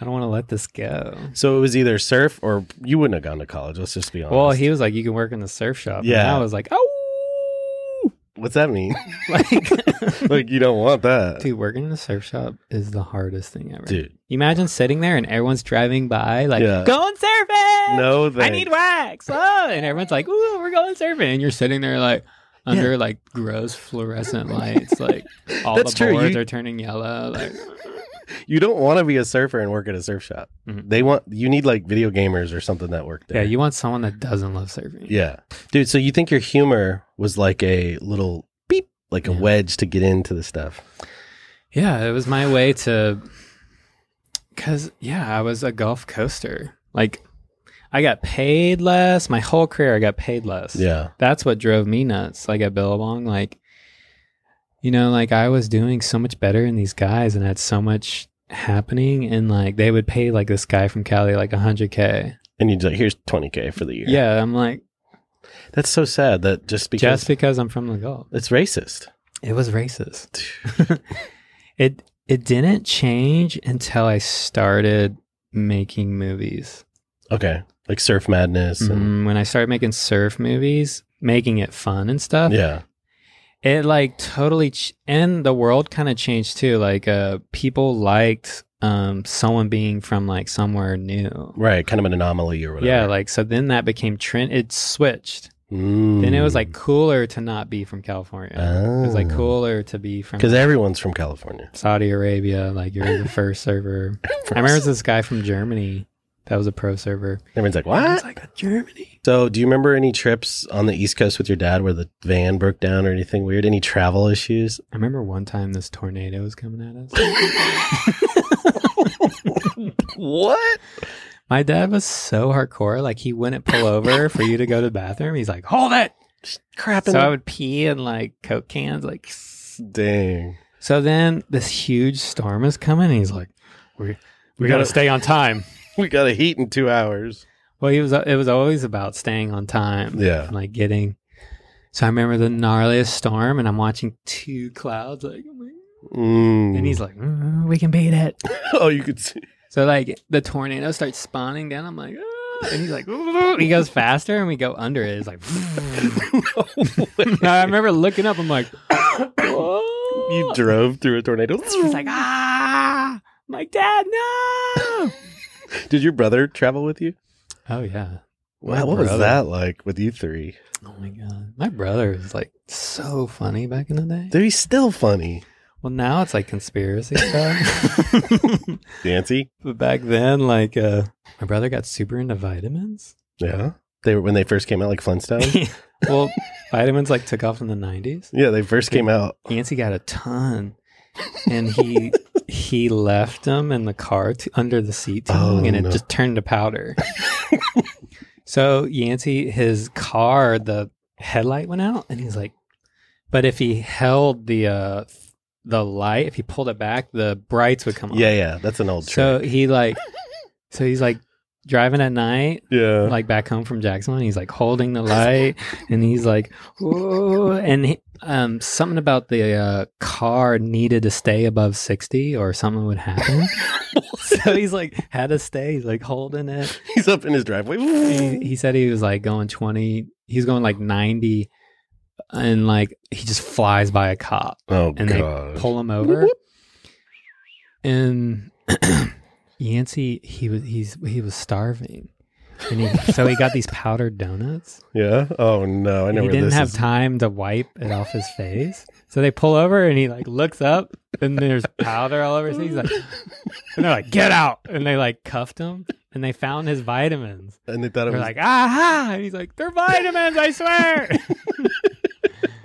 I don't want to let this go. So it was either surf or you wouldn't have gone to college. Let's just be honest. Well, he was like, "You can work in the surf shop." and Yeah. I was like, "Oh, what's that mean? like." like you don't want that, Dude, working in a surf shop is the hardest thing ever. Dude. You imagine sitting there and everyone's driving by, like, Yeah. going surfing. No, I thanks. need wax. Oh, and everyone's like, ooh, we're going surfing. And you're sitting there, like, under like gross fluorescent lights, like all That's the true. boards You- are turning yellow. Like, You don't want to be a surfer and work at a surf shop. Mhm. They want you need like video gamers or something that work yeah, there. you want someone that doesn't love surfing. yeah, dude. So you think your humor was like a little beep, like a Yeah. wedge to get into the stuff? Yeah, it was my way to cuz yeah, I was a Gulf Coaster. Like I got paid less. My whole career I got paid less. Yeah, That's what drove me nuts like at Billabong like you know, like I was doing so much better than these guys and had so much happening and like they would pay like this guy from Cali like 100k. and you're like, here's twenty k for the year. Yeah, I'm like that's so sad that just because just because I'm from the Gulf. it's racist. It was racist. it it didn't change until I started making movies. Okay, like surf madness. And, Mm, when I started making surf movies, making it fun and stuff, yeah, it like totally ch- and the world kind of changed too. Like uh people liked um someone being from like somewhere new. right. Kind of an anomaly or whatever. Yeah, like so then that became trend it switched. Mm. Then it was like cooler to not be from California. It was like Oh. cooler to be from because everyone's from California. Saudi Arabia, like you're the first server. I remember this guy from Germany that was a pro server. Everyone's like, what? like Germany. So, do you remember any trips on the East Coast with your dad where the van broke down or anything weird? Any travel issues? I remember one time this tornado was coming at us. What? My dad was so hardcore, like he wouldn't pull over for you to go to the bathroom. He's like, "Hold it!" Crap in So I would pee in like Coke cans, like. the- Dang. So then this huge storm is coming. And he's like, "We we gotta gotta- stay on time." We got a heat in two hours. Well, he was. It was always about staying on time. Yeah. and, like getting. So I remember the gnarliest storm, and I'm watching two clouds. Like, I'm like- Mm. and he's like, "Mm, "We can beat it." oh, you could see. So like the tornado starts spawning down. I'm like, "Ah," and he's like, "Vroom." he goes faster, and we go under it. It's like. vroom. And I remember looking up. I'm like, You drove through a tornado. He's like, ah, I'm like dad, no. Did your brother travel with you? Oh yeah. My Wow, what was brother. that like with you three? Oh my god, my brother is like so funny back in the day. Dude, he's still funny. Well, now it's like conspiracy stuff. Dancy? but back then, like, uh, my brother got super into vitamins. Yeah. They were when they first came out, like Flintstones. well, vitamins like took off in the nineties. yeah, they first came out. Yancey got a ton, and he he left them in the car t- under the seat too Oh, long, and it no. just turned to powder. so Yancey, his car, the headlight went out, and he's like, but if he held the uh the light, if he pulled it back, the brights would come on. Yeah, yeah, that's an old So trick. he like, so he's like driving at night, yeah, like back home from Jackson. and He's like holding the light, and he's like, "Whoa!" And he, um, something about the uh, car needed to stay above sixty, or something would happen. so he's like, had to stay. He's like holding it. he's up in his driveway. He, he said he was like going twenty. He's going like ninety, and like he just flies by a cop Oh and god, they pull him over. And Yancey, he was he's he was starving, and he, so he got these powdered donuts. yeah. Oh no, I And know he where didn't this have is. time to wipe it off his face, so they pull over and he like looks up, and there's powder all over his face. He's like, and they're like, "Get out!" And they like cuffed him, and they found his vitamins. And they thought it They're was like, "Aha!" And he's like, "They're vitamins, I swear."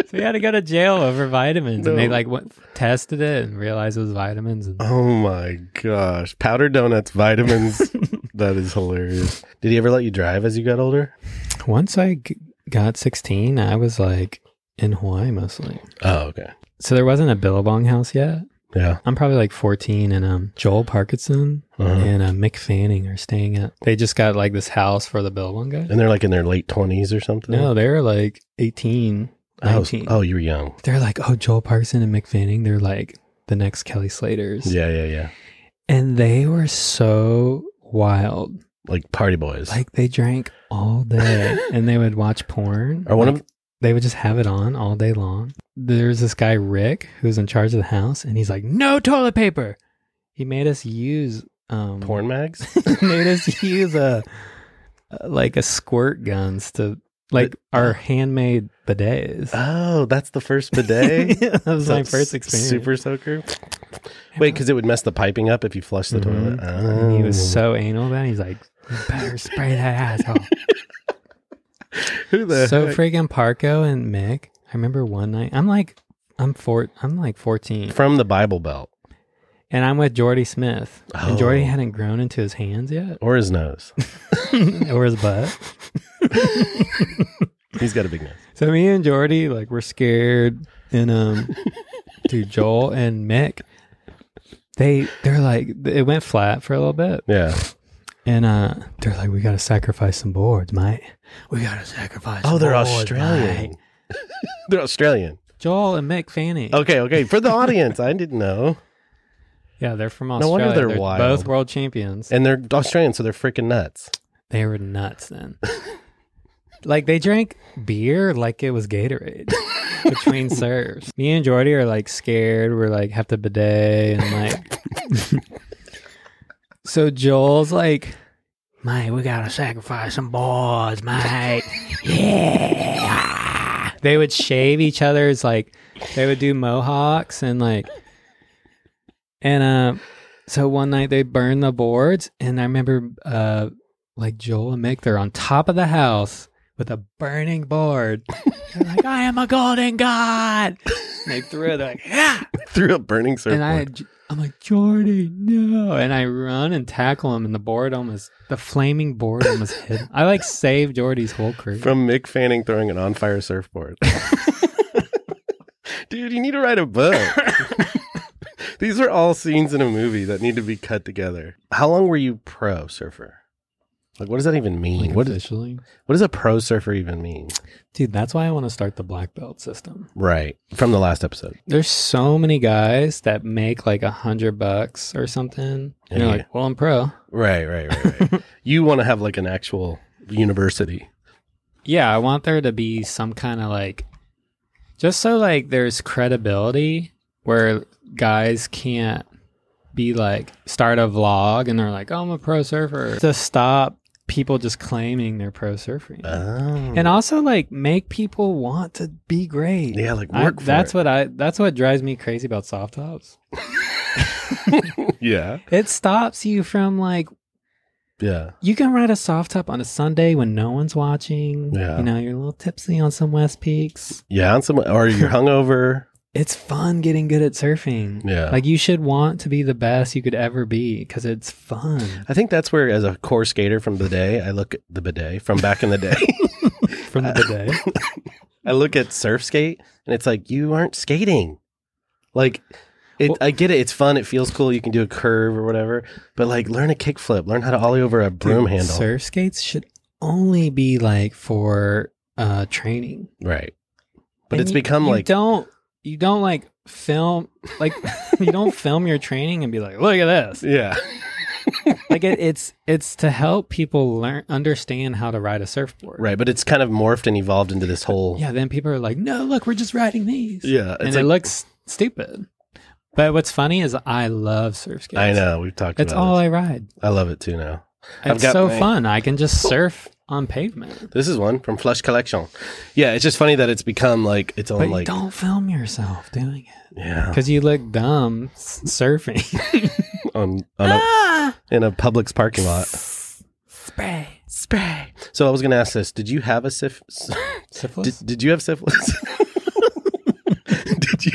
so he had to go to jail over vitamins, and they No. like went, tested it and realized it was vitamins. And Oh my gosh. Powdered donuts, vitamins. that is hilarious. Did he ever let you drive as you got older? once I g- got sixteen, I was like in Hawaii mostly. Oh, okay. So there wasn't a Billabong house yet. Yeah. I'm probably like 14, and um, Joel Parkinson Uh-huh. and uh, Mick Fanning are staying at. They just got like this house for the Billabong guy. And they're like in their late 20s or something? No, they're like 18, I was- 19. oh, you were young. They're like, oh, Joel Parkinson and Mick Fanning. They're like the next Kelly Slaters. Yeah, yeah, yeah. And they were so wild. Like party boys. Like they drank all day and they would watch porn. Or one Like, of- they would just have it on all day long. There's this guy Rick who's in charge of the house and he's like, "No toilet paper." He made us use um porn mags? he made us use a a- like a squirt guns to like Uh, our handmade bidets. oh, that's the first bidet? that was my That's first experience. Super soaker? Wait, because it would mess the piping up if you flushed the Mhm. toilet? And Oh. he was so anal then he's like, "You better spray that asshole." Who the so heck? friggin' Parko and Mick. I remember one night. I'm like, I'm four. I'm like 14, From the Bible Belt. and I'm with Jordy Smith. And Jordy Oh. hadn't grown into his hands yet, Or his nose. or his butt. He's got a big nose. So me and Jordy, like, we're scared, and um, dude, Joel and Mick, they they're like, it went flat for a little bit. Yeah. And uh, they're like, we gotta sacrifice some boards, mate. We gotta sacrifice. Oh, some they're boards, Australian. mate." they're Australian. Joel and Mick Fanning. Okay, okay. For the audience, I didn't know. Yeah, they're from No Australia. wonder they're wild. both world champions. And they're Australian, so they're freaking nuts. They were nuts then. like they drank beer like it was Gatorade between serves. Me and Jordy are like scared. We're like have to bidet and like. so Joel's like, mate, we gotta sacrifice some boys, mate. Yeah. They would shave each other's like, they would do mohawks and like, and uh, so one night they burned the boards and I remember uh like Joel and Mick, they're on top of the house with a burning board. They're like, I am a golden god. And they threw it they're like, yeah. Through a burning surfboard. And I, I'm like, Jordy, no. And I run and tackle him, and the board almost, the flaming board almost hit. him. I like saved Jordy's whole career. From Mick Fanning throwing an on fire surfboard. Dude, you need to write a book. These are all scenes in a movie that need to be cut together. How long were you pro surfer? Like, what does that even mean? like what, is, officially. what does a pro surfer even mean? Dude, that's why I want to start the black belt system. Right. From the last episode. There's so many guys that make like a hundred bucks or something. And they're Yeah. like, well, I'm pro. Right, right, right, right. you want to have like an actual university. Yeah, I want there to be some kind of like just so like there's credibility where guys can't be like start a vlog and they're like, "Oh, I'm a pro surfer." To stop people just claiming they're pro surfing. Oh. and also like make people want to be great. Yeah, like, I- work for That's it. what I that's what drives me crazy about soft tops. yeah. It stops you from like Yeah. You can ride a soft top on a Sunday when no one's watching. Yeah. You know, you're a little tipsy on some West Peaks. Yeah. On some, or you're hungover. It's fun getting good at surfing. Yeah. Like you should want to be the best you could ever be because it's fun I think that's where, as a core skater from bidet, I look at the bidet from back in the day. from Uh, the day. I look at surf skate and it's like, you aren't skating. Like, it, Well- I get it. It's fun. It feels cool. You can do a curve or whatever. But like, learn a kickflip. Learn how to ollie over a broom Dude, handle. Surf skates should only be like for uh training. Right. But And it's you- become you like, don't you don't like film like you don't film your training and be like, look at this. yeah. Like it, it's it's to help people learn understand how to ride a surfboard. Right. But it's kind of morphed and evolved into this whole. Yeah, then people are like, no, look, we're just riding these. Yeah, and it's it like- looks stupid. But what's funny is I love surf skates. I know. We've talked It's about all this. I ride. I love it too now. I've It's got so my- fun. I can just surf on pavement. This is one from Flush Collection. Yeah, it's just funny that it's become like its own But you like don't film yourself doing it. yeah Because you look dumb s- surfing. on, on Ah! a, in a Publix parking lot. Spray. So I was going to ask this: Did you have a syph? Did, Syphilis? did you have syphilis? did you?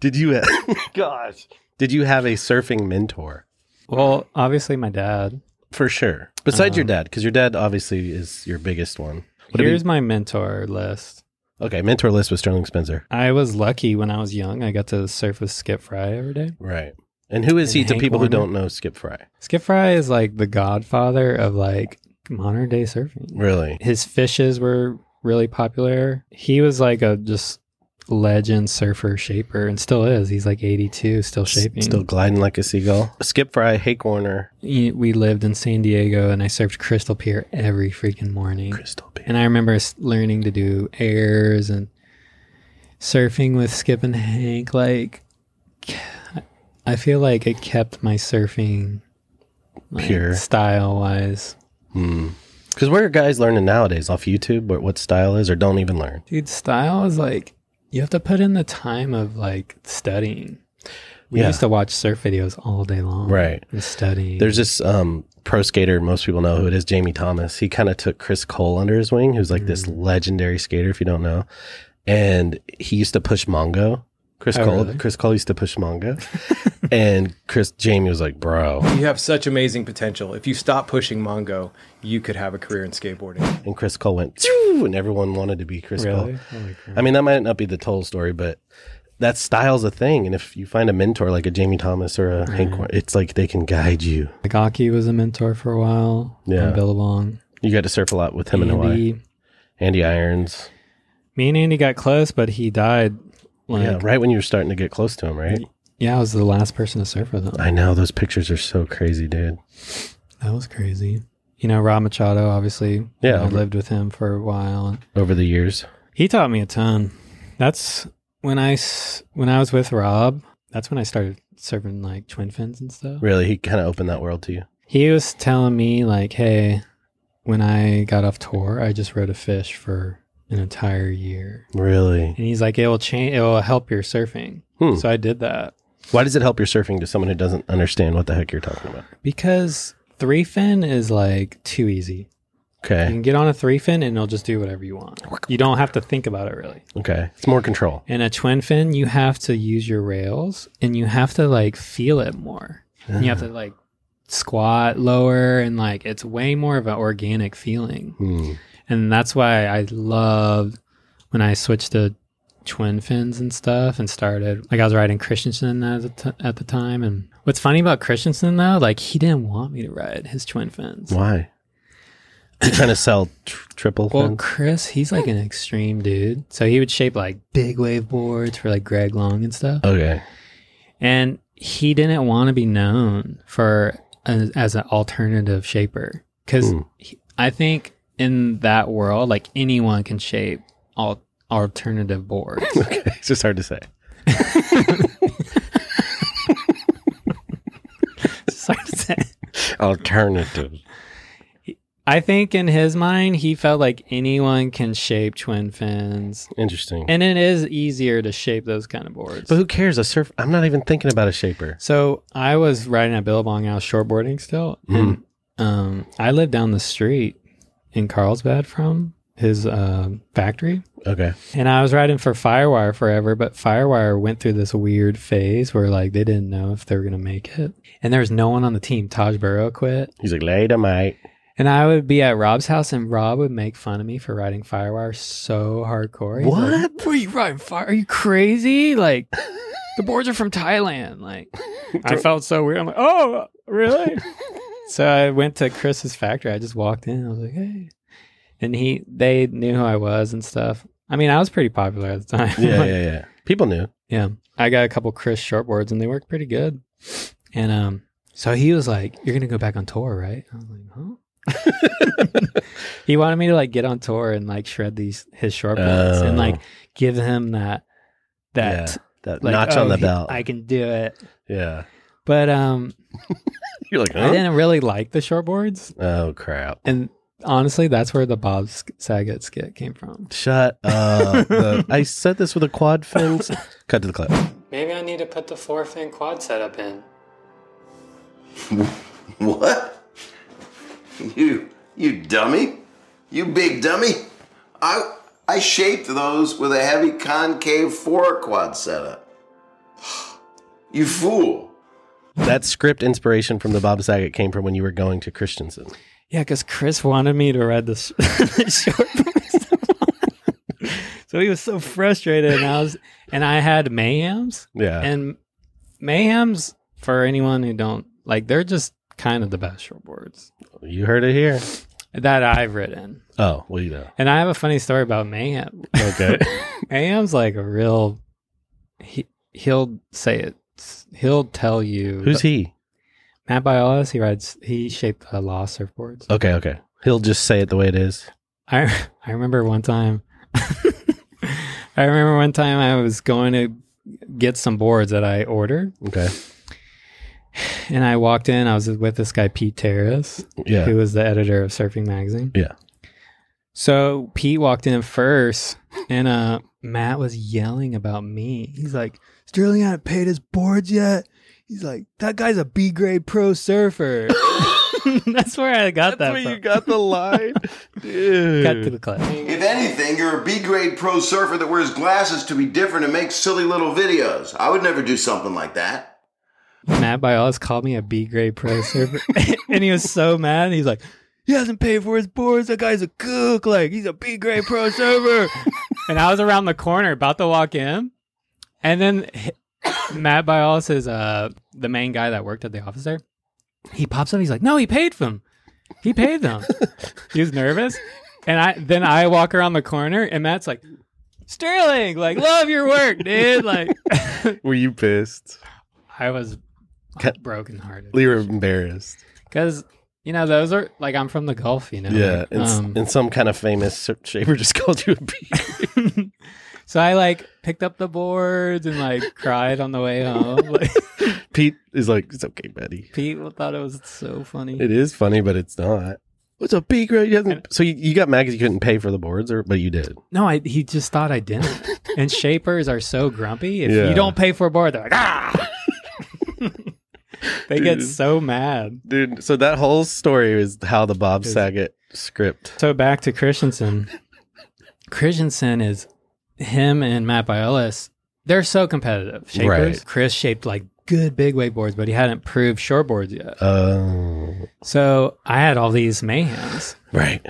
Did you? Gosh. Did you have a surfing mentor? well, obviously my dad. For sure. Besides Uh-huh. your dad, because your dad obviously is your biggest one. What Here's Here's, my mentor list. okay, mentor list with Sterling Spencer. I was lucky when I was young. I got to surf with Skip Fry every day. Right. And who is And he to Hank people who Warner. don't know Skip Fry? Skip Fry is like the godfather of like modern day surfing. Really? his fishes were really popular. He was like a just legend surfer shaper and still is. He's like 82, still shaping. Still gliding like a seagull. Skip Fry, Hank Warner, Y- We lived in San Diego and I surfed Crystal Pier every freaking morning. Crystal Beer. And I remember s- learning to do airs and surfing with Skip and Hank. Like, I feel like it kept my surfing like, Pure. style wise. Because where are guys learning nowadays? Off YouTube, or what style is, or don't even learn? Dude, style is like you have to put in the time of like studying. We Yeah. used to watch surf videos all day long. Right. And studying. There's this um, pro skater, most people know who it is, Jamie Thomas. He kind of took Chris Cole under his wing, who's like this legendary skater, if you don't know. And he used to push Mongo. Chris Oh, Cole, really? Chris Cole used to push Mongo, and Chris Jamie was like, "Bro," You have such amazing potential. If you stop pushing Mongo, you could have a career in skateboarding. and Chris Cole went, "Phew," and everyone wanted to be Chris really Cole. I mean, that might not be the total story, but that style's a thing. And if you find a mentor like a Jamie Thomas or a Hank, Warren, it's like they can guide you. like Aki was a mentor for a while. Yeah. on Billabong. You got to surf a lot with him in Hawaii. Andy. Andy Irons. Me and Andy got close, but he died. Like, yeah, yeah, right when you were starting to get close to him, right? I was the last person to surf with him. I know those pictures are so crazy, dude. That was crazy. You know, Rob Machado, obviously. Yeah. I lived with him for a while. Over the years, He taught me a ton. That's when I s- when I was with Rob. That's when I started serving like twin fins and stuff. really, he kind of opened that world to you. He was telling me like, "Hey, when I got off tour, I just rode a fish for an entire year." Really? And he's like, "It will change. It will help your surfing." Hmm. So I did that Why does it help your surfing to someone who doesn't understand what the heck you're talking about? because three fin is like too easy. You Okay, can get on a three fin and it'll just do whatever you want. You don't have to think about it really. okay, it's more control. In a twin fin, you have to use your rails and you have to like feel it more. And You have to like squat lower and like it's way more of an organic feeling. Hmm. And that's why I loved when I switched to twin fins and stuff and started like I was riding Christensen at the, t- at the time. And what's funny about Christensen though, like he didn't want me to ride his twin fins. Why? You trying to sell tr- triple? Well, fins? Chris, he's like an extreme dude. So he would shape like big wave boards for like Greg Long and stuff. okay, and he didn't want to be known for a, as an alternative shaper because Hmm. I think in that world, like anyone can shape all alternative boards. okay, it's just hard to say. Sorry to say. Alternative. I think in his mind, he felt like anyone can shape twin fins, Interesting. and it is easier to shape those kind of boards. but who cares? A surf. I'm not even thinking about a shaper. Hmm. So I was riding at Billabong. I was shortboarding still, and Um, I live down the street in Carlsbad from his uh, factory. Okay. And I was riding for Firewire forever, but Firewire went through this weird phase where like they didn't know if they were gonna make it. And there was no one on the team. Taj Burrow quit. He's like, later, mate. And I would be at Rob's house and Rob would make fun of me for riding Firewire so hardcore. He's like, What? Were you riding fire? Are you crazy? Like the boards are from Thailand. Like I felt so weird. I'm like, oh really? so I went to Chris's factory. I just walked in. I was like, hey. And he they knew who I was and stuff. I mean, I was pretty popular at the time. Yeah, yeah, yeah. People knew. Yeah. I got a couple Chris shortboards and they work pretty good. And um so he was like, You're gonna go back on tour, right? I was like, Huh? he wanted me to like get on tour and like shred these his shortboards and Oh. like give him that that Yeah, that like, notch oh, on the he- belt. I can do it. yeah. But um You're like, I huh? didn't really like the shortboards. Oh crap! And honestly, that's where the Bob Sk- Saget skit came from. Shut up! The- I said this with a quad fin. Cut to the clip. Maybe I need to put the four fin quad setup in. What? You you dummy? You big dummy? I I shaped those with a heavy concave four quad setup. You fool. That script inspiration from the Bob Saget came from when you were going to Christensen. Yeah, because Chris wanted me to ride the, sh- the short version. so he was so frustrated, and I was, and I had mayhems, Yeah, and mayhems for anyone who don't like, they're just kind of the best short boards you heard it here. that I've ridden. Oh, well, you know. And I have a funny story about mayhem. Okay. Mayhem's like a real. He he'll say it. He'll tell you. Who's he? Matt Biolas? He rides. He shaped the law surfboards. Okay, okay. He'll just say it the way it is. I I remember one time. I remember one time I was going to get some boards that I ordered, Okay. and I walked in. I was with this guy Pete Terrace, Yeah. who was the editor of Surfing Magazine. Yeah. So Pete walked in first, and uh, Matt was yelling about me. He's like, "Sterling hasn't paid his boards yet." He's like, "That guy's a B grade pro surfer." That's where I got that. from. got the line, Cut to dude. the clip. If anything, you're a B grade pro surfer that wears glasses to be different and makes silly little videos. I would never do something like that. Matt Biolas called me a B grade pro surfer, and he was so mad. He's like, he hasn't paid for his boards. That guy's a cook. Like he's a B grade pro server. and I was around the corner about to walk in, and then h- Matt Biolas is uh, the main guy that worked at the office there. He pops up. He's like, no, he paid them. He paid them. he was nervous, and I then I walk around the corner, and Matt's like. Sterling, like, love your work, dude. Like, Were you pissed? I was Cut. brokenhearted. You were embarrassed. Because you know those are like I'm from the Gulf, you know. Yeah. like, And, s- um, and some kind of famous sur- shaper just called you a bee. so I like picked up the boards and like cried on the way home. Like Pete is like, it's okay, buddy. people thought it was so funny. It is funny, but it's not. What's a B grade? You hasn't- so you, you got mad because you couldn't pay for the boards, or but you did. no, I, he just thought I didn't. and shapers are so grumpy. If Yeah. you don't pay for a board, they're like ah. they get Dude. so mad. Dude, so that whole story is how the Bob Saget script. So back to Christensen. Christensen is him and Matt Biolis. They're so competitive. Shapers. Right. Chris shaped like good big wakeboards, but he hadn't proved shortboards yet. Oh, So I had all these mayhems, right.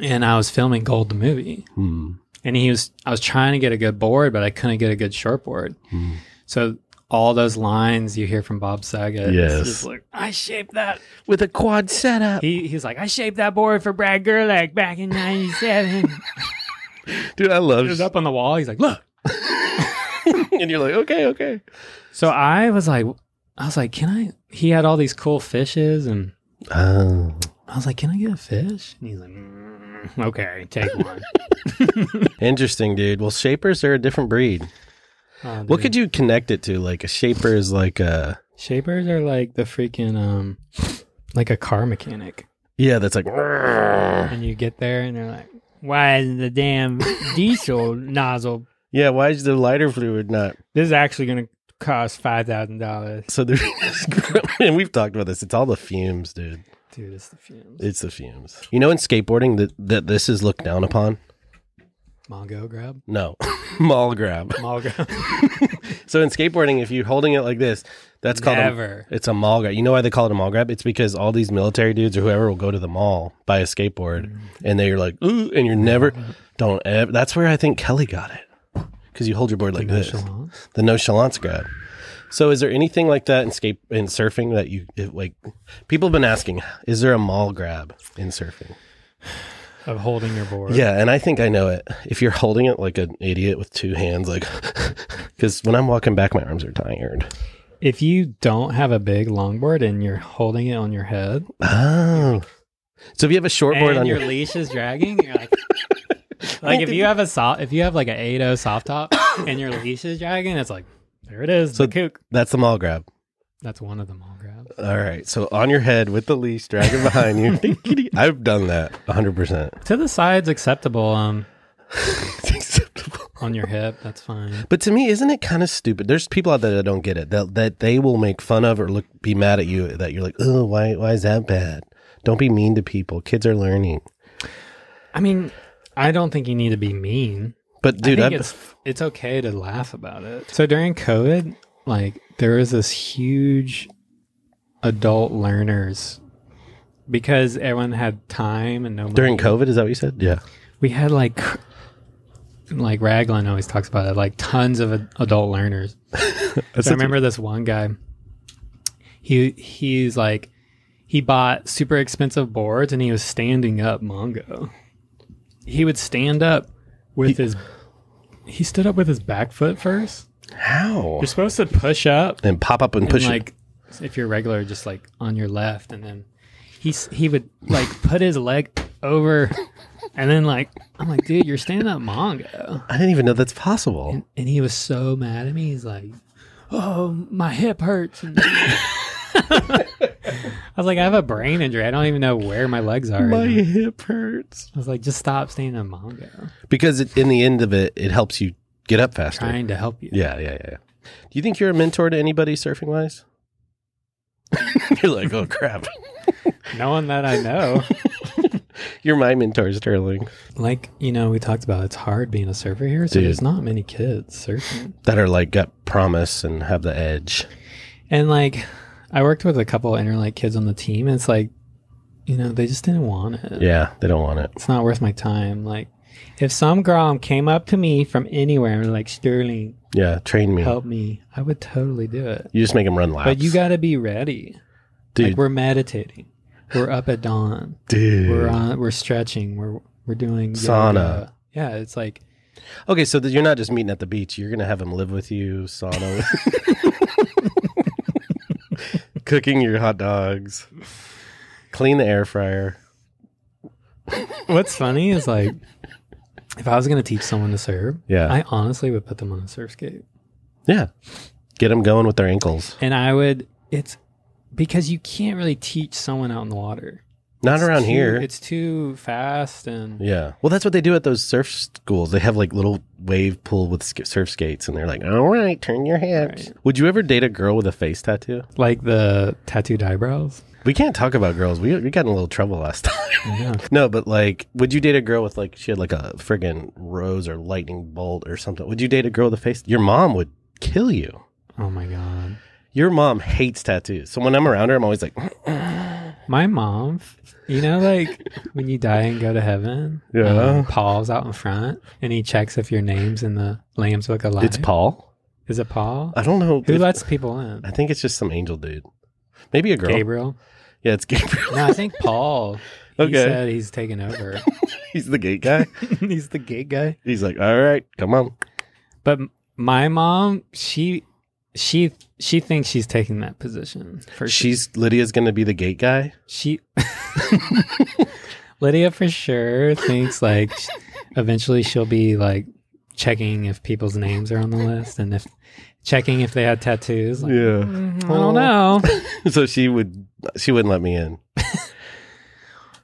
and I was filming Gold the movie, Hmm. and he was. I was trying to get a good board, but I couldn't get a good shortboard. Hmm. So all those lines you hear from Bob Saget, it's Yes. just like I shaped that. With a quad setup, He he's like I shaped that board for Brad Gerlach back in '97. dude. I it love. was up on the wall. He's like, look. and you're like, okay, okay. So I was like, I was like, can I? He had all these cool fishes, and Oh, I was like, can I get a fish? And he's like, "Mm, okay, take one. interesting, dude. Well, shapers are a different breed. Oh, What dude. could you connect it to? Like a shaper is like a Shapers are like the freaking um like a car mechanic. yeah. That's like And you get there and they're like, Why is the damn diesel nozzle yeah. Why is the lighter fluid not? this is actually gonna cost five thousand dollars. So there, and we've talked about this. It's all the fumes, dude. Dude, it's the fumes. It's the fumes. You know, in skateboarding, that that this is looked down upon. Mongo grab. No, mall grab. Mall grab. So in skateboarding, if you're holding it like this, that's called Never. A, it's a mall grab. You know why they call it a mall grab? It's because all these military dudes or whoever will go to the mall buy a Mm. skateboard, and they're like, ooh, and you're never, don't ever. That's where I think Kelly got it, because you hold your board like this, nonchalance? the nonchalance grab. So is there anything like that in skate in surfing that you it, like? People have been asking, is there a mall grab in surfing? Of holding your board. Yeah, and I think I know it. If you're holding it like an idiot with two hands, like, because when I'm walking back, my arms are tired. If you don't have a big longboard and you're holding it on your head Oh. So if you have a short board and on your your, leash is dragging, you're like, like if you have a soft, if you have like an 8.0 soft top and your leash is dragging, it's like there it is. So- the kook. that's the mall grab. That's one of the mall grabs. All right. So on your head with the leash dragging behind you. I've done that 100%. To the sides, acceptable. Um, It's acceptable. on your hip, that's fine. But to me, isn't it kind of stupid? There's people out there that don't get it. That that they will make fun of or look be mad at you that you're like, "Oh, why why is that bad?" Don't be mean to people. Kids are learning. I mean, I don't think you need to be mean. But dude, I I think it's it's okay to laugh about it. So during COVID, like there was this huge adult learners because everyone had time and no money. during COVID, is that what you said? Yeah. we had like cr- like Raglan always talks about it, like tons of ad- adult learners. That's So I remember this one guy. He he's like he bought super expensive boards and he was standing up Mongo. He would stand up with his he stood up with his back foot first. how? You're supposed to push up And pop up and push and, it. like if you're regular just like on your left and then he's he would like put his leg over and then like i'm like dude you're standing up mongo I didn't even know that's possible. and he was so mad at me he's like oh my hip hurts and i was like i have a brain injury i don't even know where my legs are right now." hip hurts. i was like just stop standing up mongo Because it, in the end of it, it helps you get up faster. trying to help you Yeah, yeah, yeah. Do you think you're a mentor to anybody surfing wise? you're like, oh crap. no one that i know You're my mentor, Sterling. like you know we talked about it's hard being a surfer here so Dude. there's not many kids surfing That are like got promise and have the edge. And like, I worked with a couple interlake kids on the team, and it's like, you know, they just didn't want it. Yeah, they don't want it. It's not worth my time. Like, if some grom came up to me from anywhere and were like, Sterling, Yeah, train me. help me, I would totally do it. You just make them run laps. But you got to be ready. dude, Like, we're meditating. We're up at dawn. dude. We're on. We're stretching. We're we're doing Sauna. yoga. Yeah, it's like okay, so that you're not just meeting at the beach. You're gonna have them live with you, sauna, cooking your hot dogs, clean the air fryer. what's funny is like. If I was going to teach someone to serve, Yeah. I honestly would put them on a surf skate. Yeah, get them going with their ankles. and I would it's because you can't really teach someone out in the water. Not around Too- here. It's too fast and Yeah. Well, that's what they do at those surf schools. They have like little wave pool with sk- surf skates, and they're like, all right, turn your hips. Would you ever date a girl with a face tattoo? like the tattooed eyebrows. We can't talk about girls. We, we got in a little trouble last time. Yeah. no, but like, would you date a girl with like, she had like a friggin' rose or lightning bolt or something? Would you date a girl with a face? Your mom would kill you. Oh my god. Your mom hates tattoos. So when I'm around her, I'm always like, "Hmm, My mom, you know, like when you die and go to heaven, um, Yeah. Paul's out in front and he checks if your name's in the Lamb's Book of Life. it's Paul. Uh, Is it Paul? I don't know. Who if- lets people in? I think it's just some angel dude. Maybe a girl. Gabriel. Yeah, it's Gabriel. No, I think Paul. He Okay. said he's taking over. He's the gate guy. he's the gate guy. He's like, all right, come on. But m- my mom, she she she thinks she's taking that position. For She's Lydia's going to be the gate guy. she Lydia for sure thinks like sh- eventually she'll be like checking if people's names are on the list and if checking if they had tattoos. Like, Yeah. I don't know. so she would she wouldn't let me in.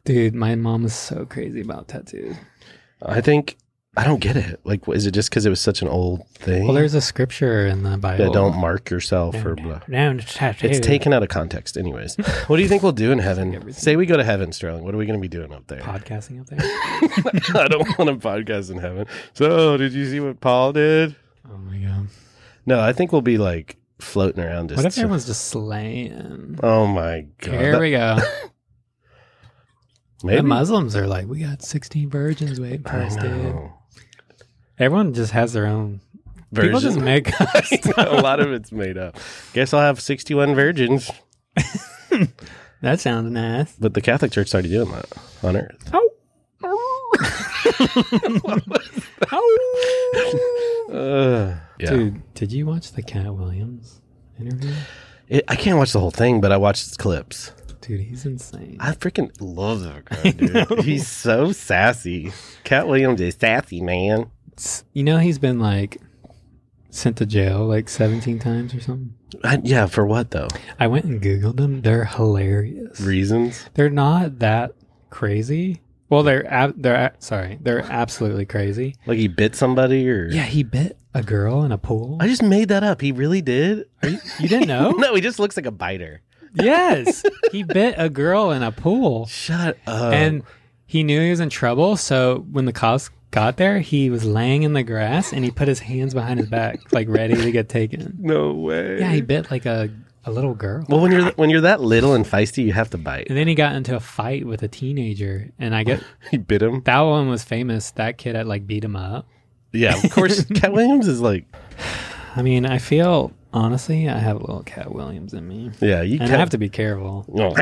Dude, my mom is so crazy about tattoos. I think I don't get it. Like, what- is it just because it was such an old thing Well, there's a scripture in the Bible. that don't mark yourself or blah? No, it's It's tattoo. taken out of context, anyways. what do you think we'll do in heaven? Say we go to heaven, Sterling. What are we going to be doing up there? podcasting up there. I don't want a podcast in heaven. So, did you see what Paul did? Oh my god! No, I think we'll be like floating around. Just What if everyone's just slaying? oh my god! Here we go. Maybe. The Muslims are like, we got 16 virgins waiting for I us, dude. know. Everyone just has their own. People just Virgin. make up stuff. a lot of it's made up. Guess I'll have 61 virgins. That sounds nice. But the Catholic Church started doing that on Earth. Uh, yeah. Dude, did you watch the Cat Williams interview? It, I can't watch the whole thing, but I watched clips. Dude, he's insane. I freaking love that guy, dude. He's so sassy. Cat Williams is sassy, man. You know, he's been like sent to jail like 17 times or something. I, yeah, for what though? I went and Googled them. They're hilarious. Reasons? They're not that crazy. Well, they're ab- they're a- sorry, they're absolutely crazy. Like he bit somebody or. Yeah, he bit a girl in a pool. I just made that up. He really did? You didn't know? No, he just looks like a biter. Yes, he bit a girl in a pool, Shut up. and he knew he was in trouble. So when the cops got there, he was laying in the grass and he put his hands behind his back, like ready to get taken. no way. Yeah, he bit like a a little girl. Well, when you're when you're that little and feisty, you have to bite. And then he got into a fight with a teenager, and I get He bit him. that one was famous. That kid had like beat him up. Yeah, of course. Cat Williams is like, I mean, I feel honestly, I have a little Cat Williams in me, yeah, you and I have to be careful. No.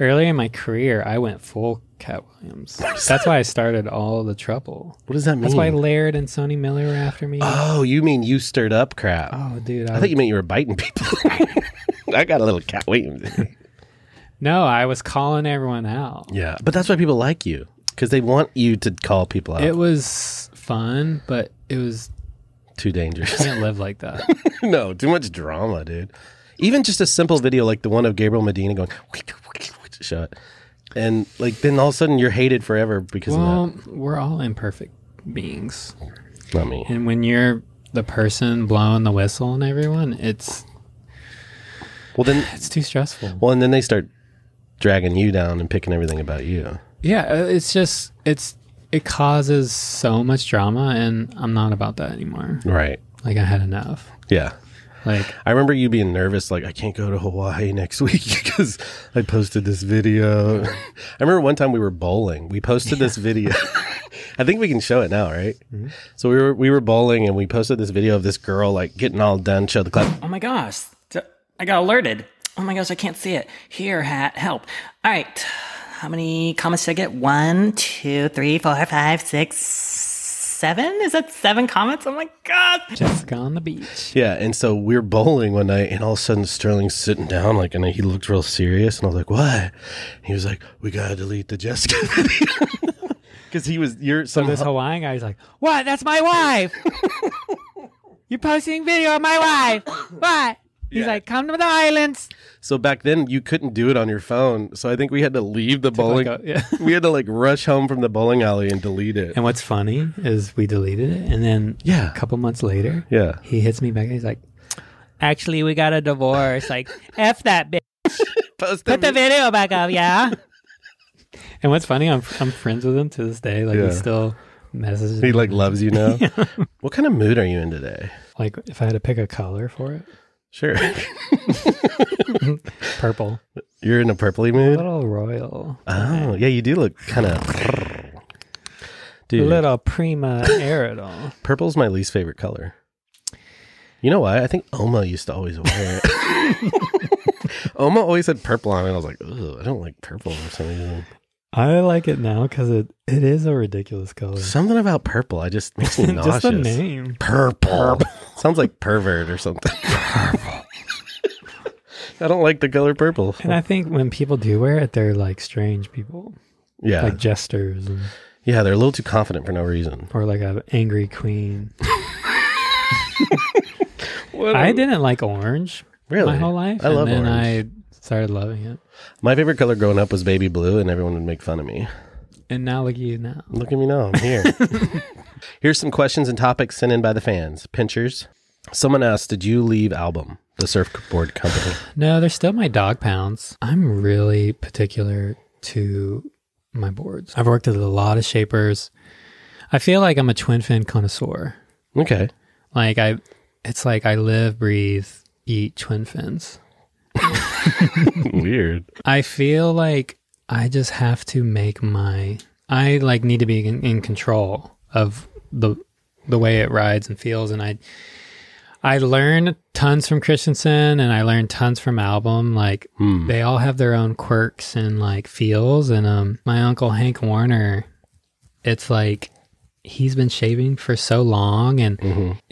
Early in my career, I went full Cat Williams. That's why I started all the trouble. What does that mean? That's why Laird and Sony Miller were after me. oh, you mean you stirred up crap? oh, dude! I Ah, I, thought you meant you were biting people. I got a little Cat Williams. in me. no, I was calling everyone out. yeah, but that's why people like you because they want you to call people out. It was fun, but it was too dangerous. can't live like that. no, too much drama, dude. Even just a simple video like the one of Gabriel Medina going shut, and like then all of a sudden you're hated forever because well, of we're all imperfect beings. that. Not me. And when you're the person blowing the whistle on everyone, it's Well then, it's too stressful. well and then they start dragging you down and picking everything about you. Yeah, uh, it's just it's it causes so much drama and I'm not about that anymore. Right. Like I had enough. Yeah. Like I remember you being nervous, like I can't go to Hawaii next week because I posted this video. I remember one time we were bowling. We posted this video. I think we can show it now, right? So we were we were bowling and we posted this video of this girl like getting all done, show the clap. Oh my gosh. T- I got alerted. Oh my gosh, I can't see it. Here, hat, help. All right. How many comments did I get? One, two, three, four, five, six, seven? Is that seven comments? Oh my god. Jessica on the beach. Yeah, and so we were bowling one night, and all of a sudden Sterling's sitting down, like, and he looked real serious, and I was like, "What?" He was like, "We gotta delete the Jessica video," because he was you're some This Hawaiian guy's like, What? That's my wife. You're posting video of my wife. What? He's like, Come to the islands. So back then you couldn't do it on your phone. So I think we had to leave the bowling. a- yeah. we had to like rush home from the bowling alley and delete it. And what's funny is we deleted it and then Yeah. a couple months later, yeah. he hits me back and he's like, Actually, we got a divorce. Like, F that bitch. Post Put the video back up, yeah. and what's funny, I'm I'm friends with him to this day. Like Yeah. he still messages He me. like loves you now. What kind of mood are you in today? Like if I had to pick a color for it, Sure. purple, You're in a purpley a mood. little royal, Oh yeah, you do look kind of. a Dude, little prima aerodol. purple's my least favorite color. You know why? I think Oma used to always wear it. Oma always had purple on, it. I was like, "Ugh, I don't like purple for some reason." I like it now because it it is a ridiculous color. Something about purple. I just makes me nauseous. Just the name. Purple. Sounds like pervert or something. I don't like the color purple. And I think when people do wear it, they're like strange people, Yeah. like jesters and, yeah, they're a little too confident for no reason. or like an angry queen. I didn't like orange Really? my whole life. I love and then orange. I started loving it. My favorite color growing up was baby blue and everyone would make fun of me. And now look at you now. Look at me now. I'm here. Here's some questions and topics sent in by the fans. Pinchers. Someone asked, Did you leave album, the surfboard company? No, they're still my dog pounds. I'm really particular to my boards. I've worked at a lot of shapers. I feel like I'm a twin fin connoisseur. Okay. Like I, it's like I live, breathe, eat twin fins. Weird. I feel like I just have to make my. I like need to be in, in control of the the way it rides and feels, and I. I learned tons from Christensen, and I learned tons from album. Like they all have their own quirks and like feels. And um, my uncle Hank Warner, it's like he's been shaving for so long, and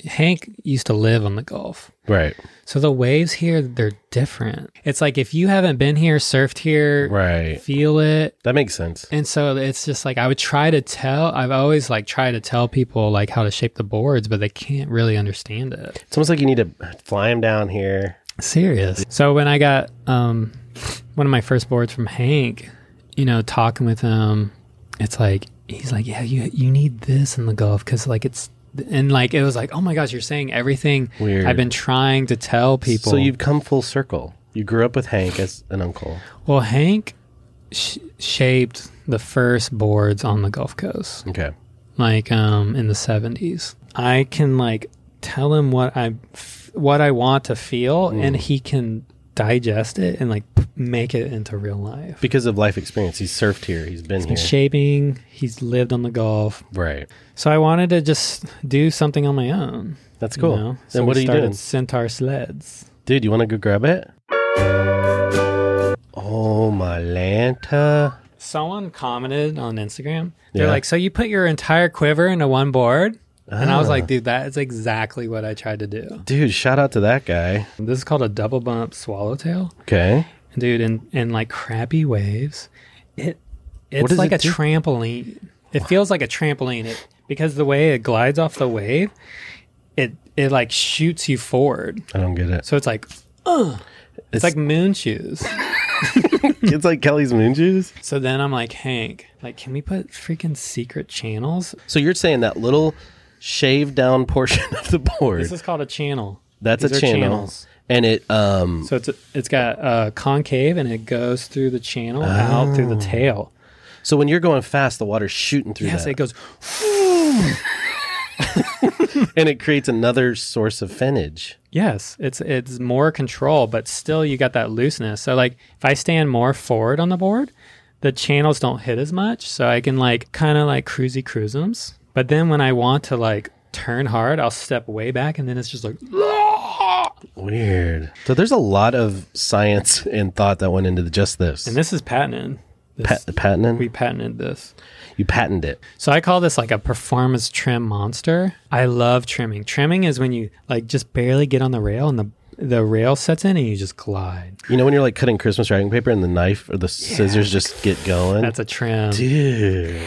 Hank used to live on the Gulf. Right. So the waves here, they're different. It's like if you haven't been here, surfed here, Right. feel it. That makes sense. And so it's just like I would try to tell. I've always like tried to tell people like how to shape the boards, but they can't really understand it. It's almost like you need to fly him down here. Serious. So when I got um one of my first boards from Hank, you know, talking with him, it's like he's like, yeah, you you need this in the golf because like it's and like it was like, oh my gosh, you're saying everything Weird. I've been trying to tell people. So you've come full circle. You grew up with Hank as an uncle. Well, Hank sh- shaped the first boards on the Gulf Coast, Okay. like um, in the seventies. I can like tell him what I f- what I want to feel, Hmm. and he can digest it and like p- make it into real life. Because of life experience, he's surfed here. He's been here. Shaping, he's lived on the Gulf, right. so I wanted to just do something on my own. That's you cool. know? Then So what we are you started doing? Centaur sleds. Dude, you want to go grab it? Oh, my Lanta. Someone commented on Instagram. They're Yeah. like, "So you put your entire quiver into one board?" And I was Ah. like, "Dude, that is exactly what I tried to do." Dude, shout out to that guy. This is called a double bump swallowtail, Okay. And dude. In in like crappy waves, it What it's does like it a do? trampoline. It feels like a trampoline it, because the way it glides off the wave, it it like shoots you forward. I don't get it. So it's like It's, it's like moon shoes. it's like Kelly's moon juice. so then I'm like, Hank, like, can we put freaking secret channels? So you're saying that little shaved down portion of the board, This is called a channel. that's a These are channel. And it um So it's it's got uh, concave and it goes through the channel out Oh. through the tail. so when you're going fast the water's shooting through Yes, that. it goes. and it creates another source of finnage. Yes, it's it's more control, but still you got that looseness. So like if I stand more forward on the board, the channels don't hit as much, so I can like kind of like cruisy cruisums. But then when I want to like turn hard, I'll step way back, and then it's just like Weird. So there's a lot of science and thought that went into the, just this. And this is patented. This, Pat- patenting? we patented this. you patented it. So I call this like a performance trim monster. I love trimming. Trimming is when you like just barely get on the rail and the the rail sets in and you just glide. You know when you're like cutting Christmas wrapping paper and the knife or the scissors just get going? That's a trim. Dude.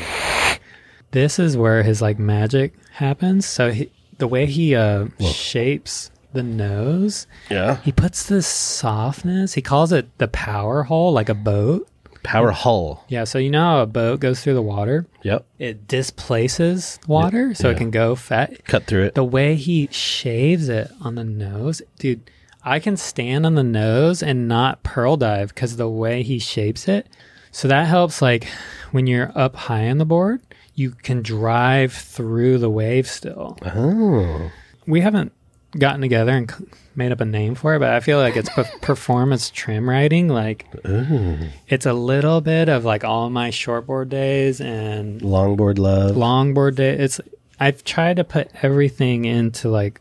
This is where his like magic happens. So he, the way he uh, shapes the nose, Yeah. he puts this softness. He calls it the power hole, like a boat. Power hull. Yeah. So you know how a boat goes through the water. Yep. It displaces water, so it yeah. can go fat. Cut through it. the way he shaves it on the nose, dude, I can stand on the nose and not pearl dive because the way he shapes it. So that helps, like when you're up high on the board, you can drive through the wave still. Oh. We haven't gotten together and c- made up a name for it, but I feel like it's per- performance trim riding. Like Oh. it's a little bit of like all my shortboard days and Longboard love. longboard day it's i've tried to put everything into like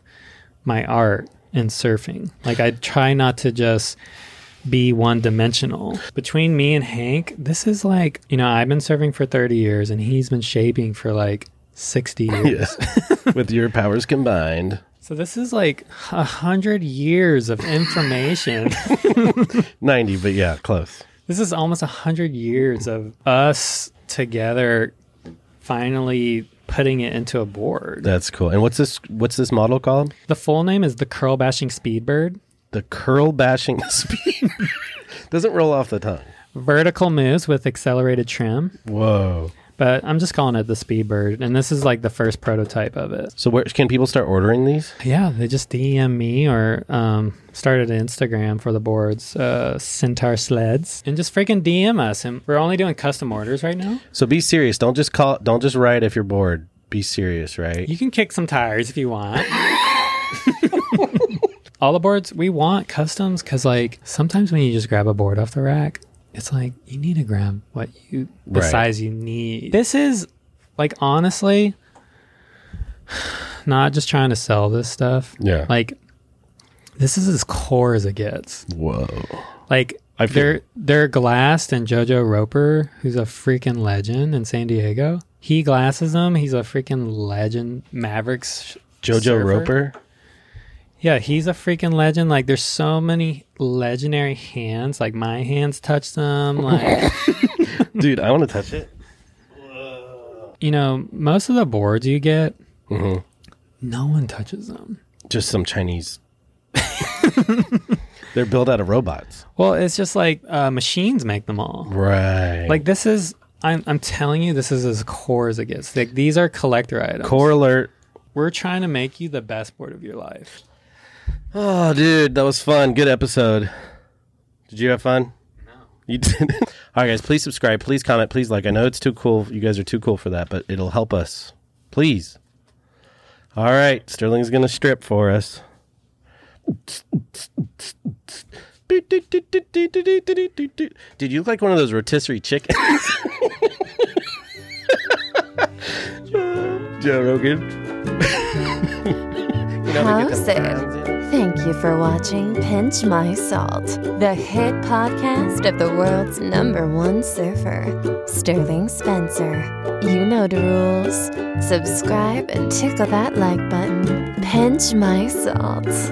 my art and surfing like i try not to just be one dimensional between me and hank this is like you know i've been surfing for 30 years and he's been shaping for like 60 years With your powers combined. so this is like a hundred years of information 90, but yeah, close. this is almost a hundred years of us together finally putting it into a board That's cool. And what's this what's this model called? The full name is the Curl Bashing Speedbird. The curl bashing speed. Doesn't roll off the tongue. Vertical moves with accelerated trim. Whoa. but I'm just calling it the Speedbird. And this is like the first prototype of it. So where can people start ordering these? Yeah, they just DM me or um, started an Instagram for the boards, uh, Centaur Sleds, and just freaking DM us. And we're only doing custom orders right now. So be serious. Don't just call. Don't just write if you're bored. Be serious, right? You can kick some tires if you want. All the boards we want customs because like sometimes when you just grab a board off the rack, it's like you need to grab what you the Right. size you need. This is like honestly not just trying to sell this stuff. Yeah. Like this is as core as it gets. Whoa. Like I feel- they're they're glassed and Jojo Roper, who's a freaking legend in San Diego. He glasses them. He's a freaking legend. Mavericks. Jojo surfer. Roper. Yeah, he's a freaking legend. Like there's so many legendary hands. Like my hands touch them. Like Dude, I want to touch it. you know, most of the boards you get, Mm-hmm. no one touches them. Just some Chinese. They're built out of robots. Well, it's just like uh, machines make them all. Right. Like this is, I'm, I'm telling you, this is as core as it gets. Like these are collector items. core alert. We're trying to make you the best board of your life. Oh, dude, that was fun. Good episode. Did you have fun? You did. All right, guys, please subscribe. Please comment. Please like. I know it's too cool. You guys are too cool for that, but it'll help us. Please. All right, Sterling's going to strip for us. Dude, you look like one of those rotisserie chickens. Joe Rogan. you know, they get them Close it. sounds in. Thank you for watching Pinch My Salt, the hit podcast of the world's number one surfer, Sterling Spencer. You know the rules. Subscribe and tickle that like button. Pinch My Salt.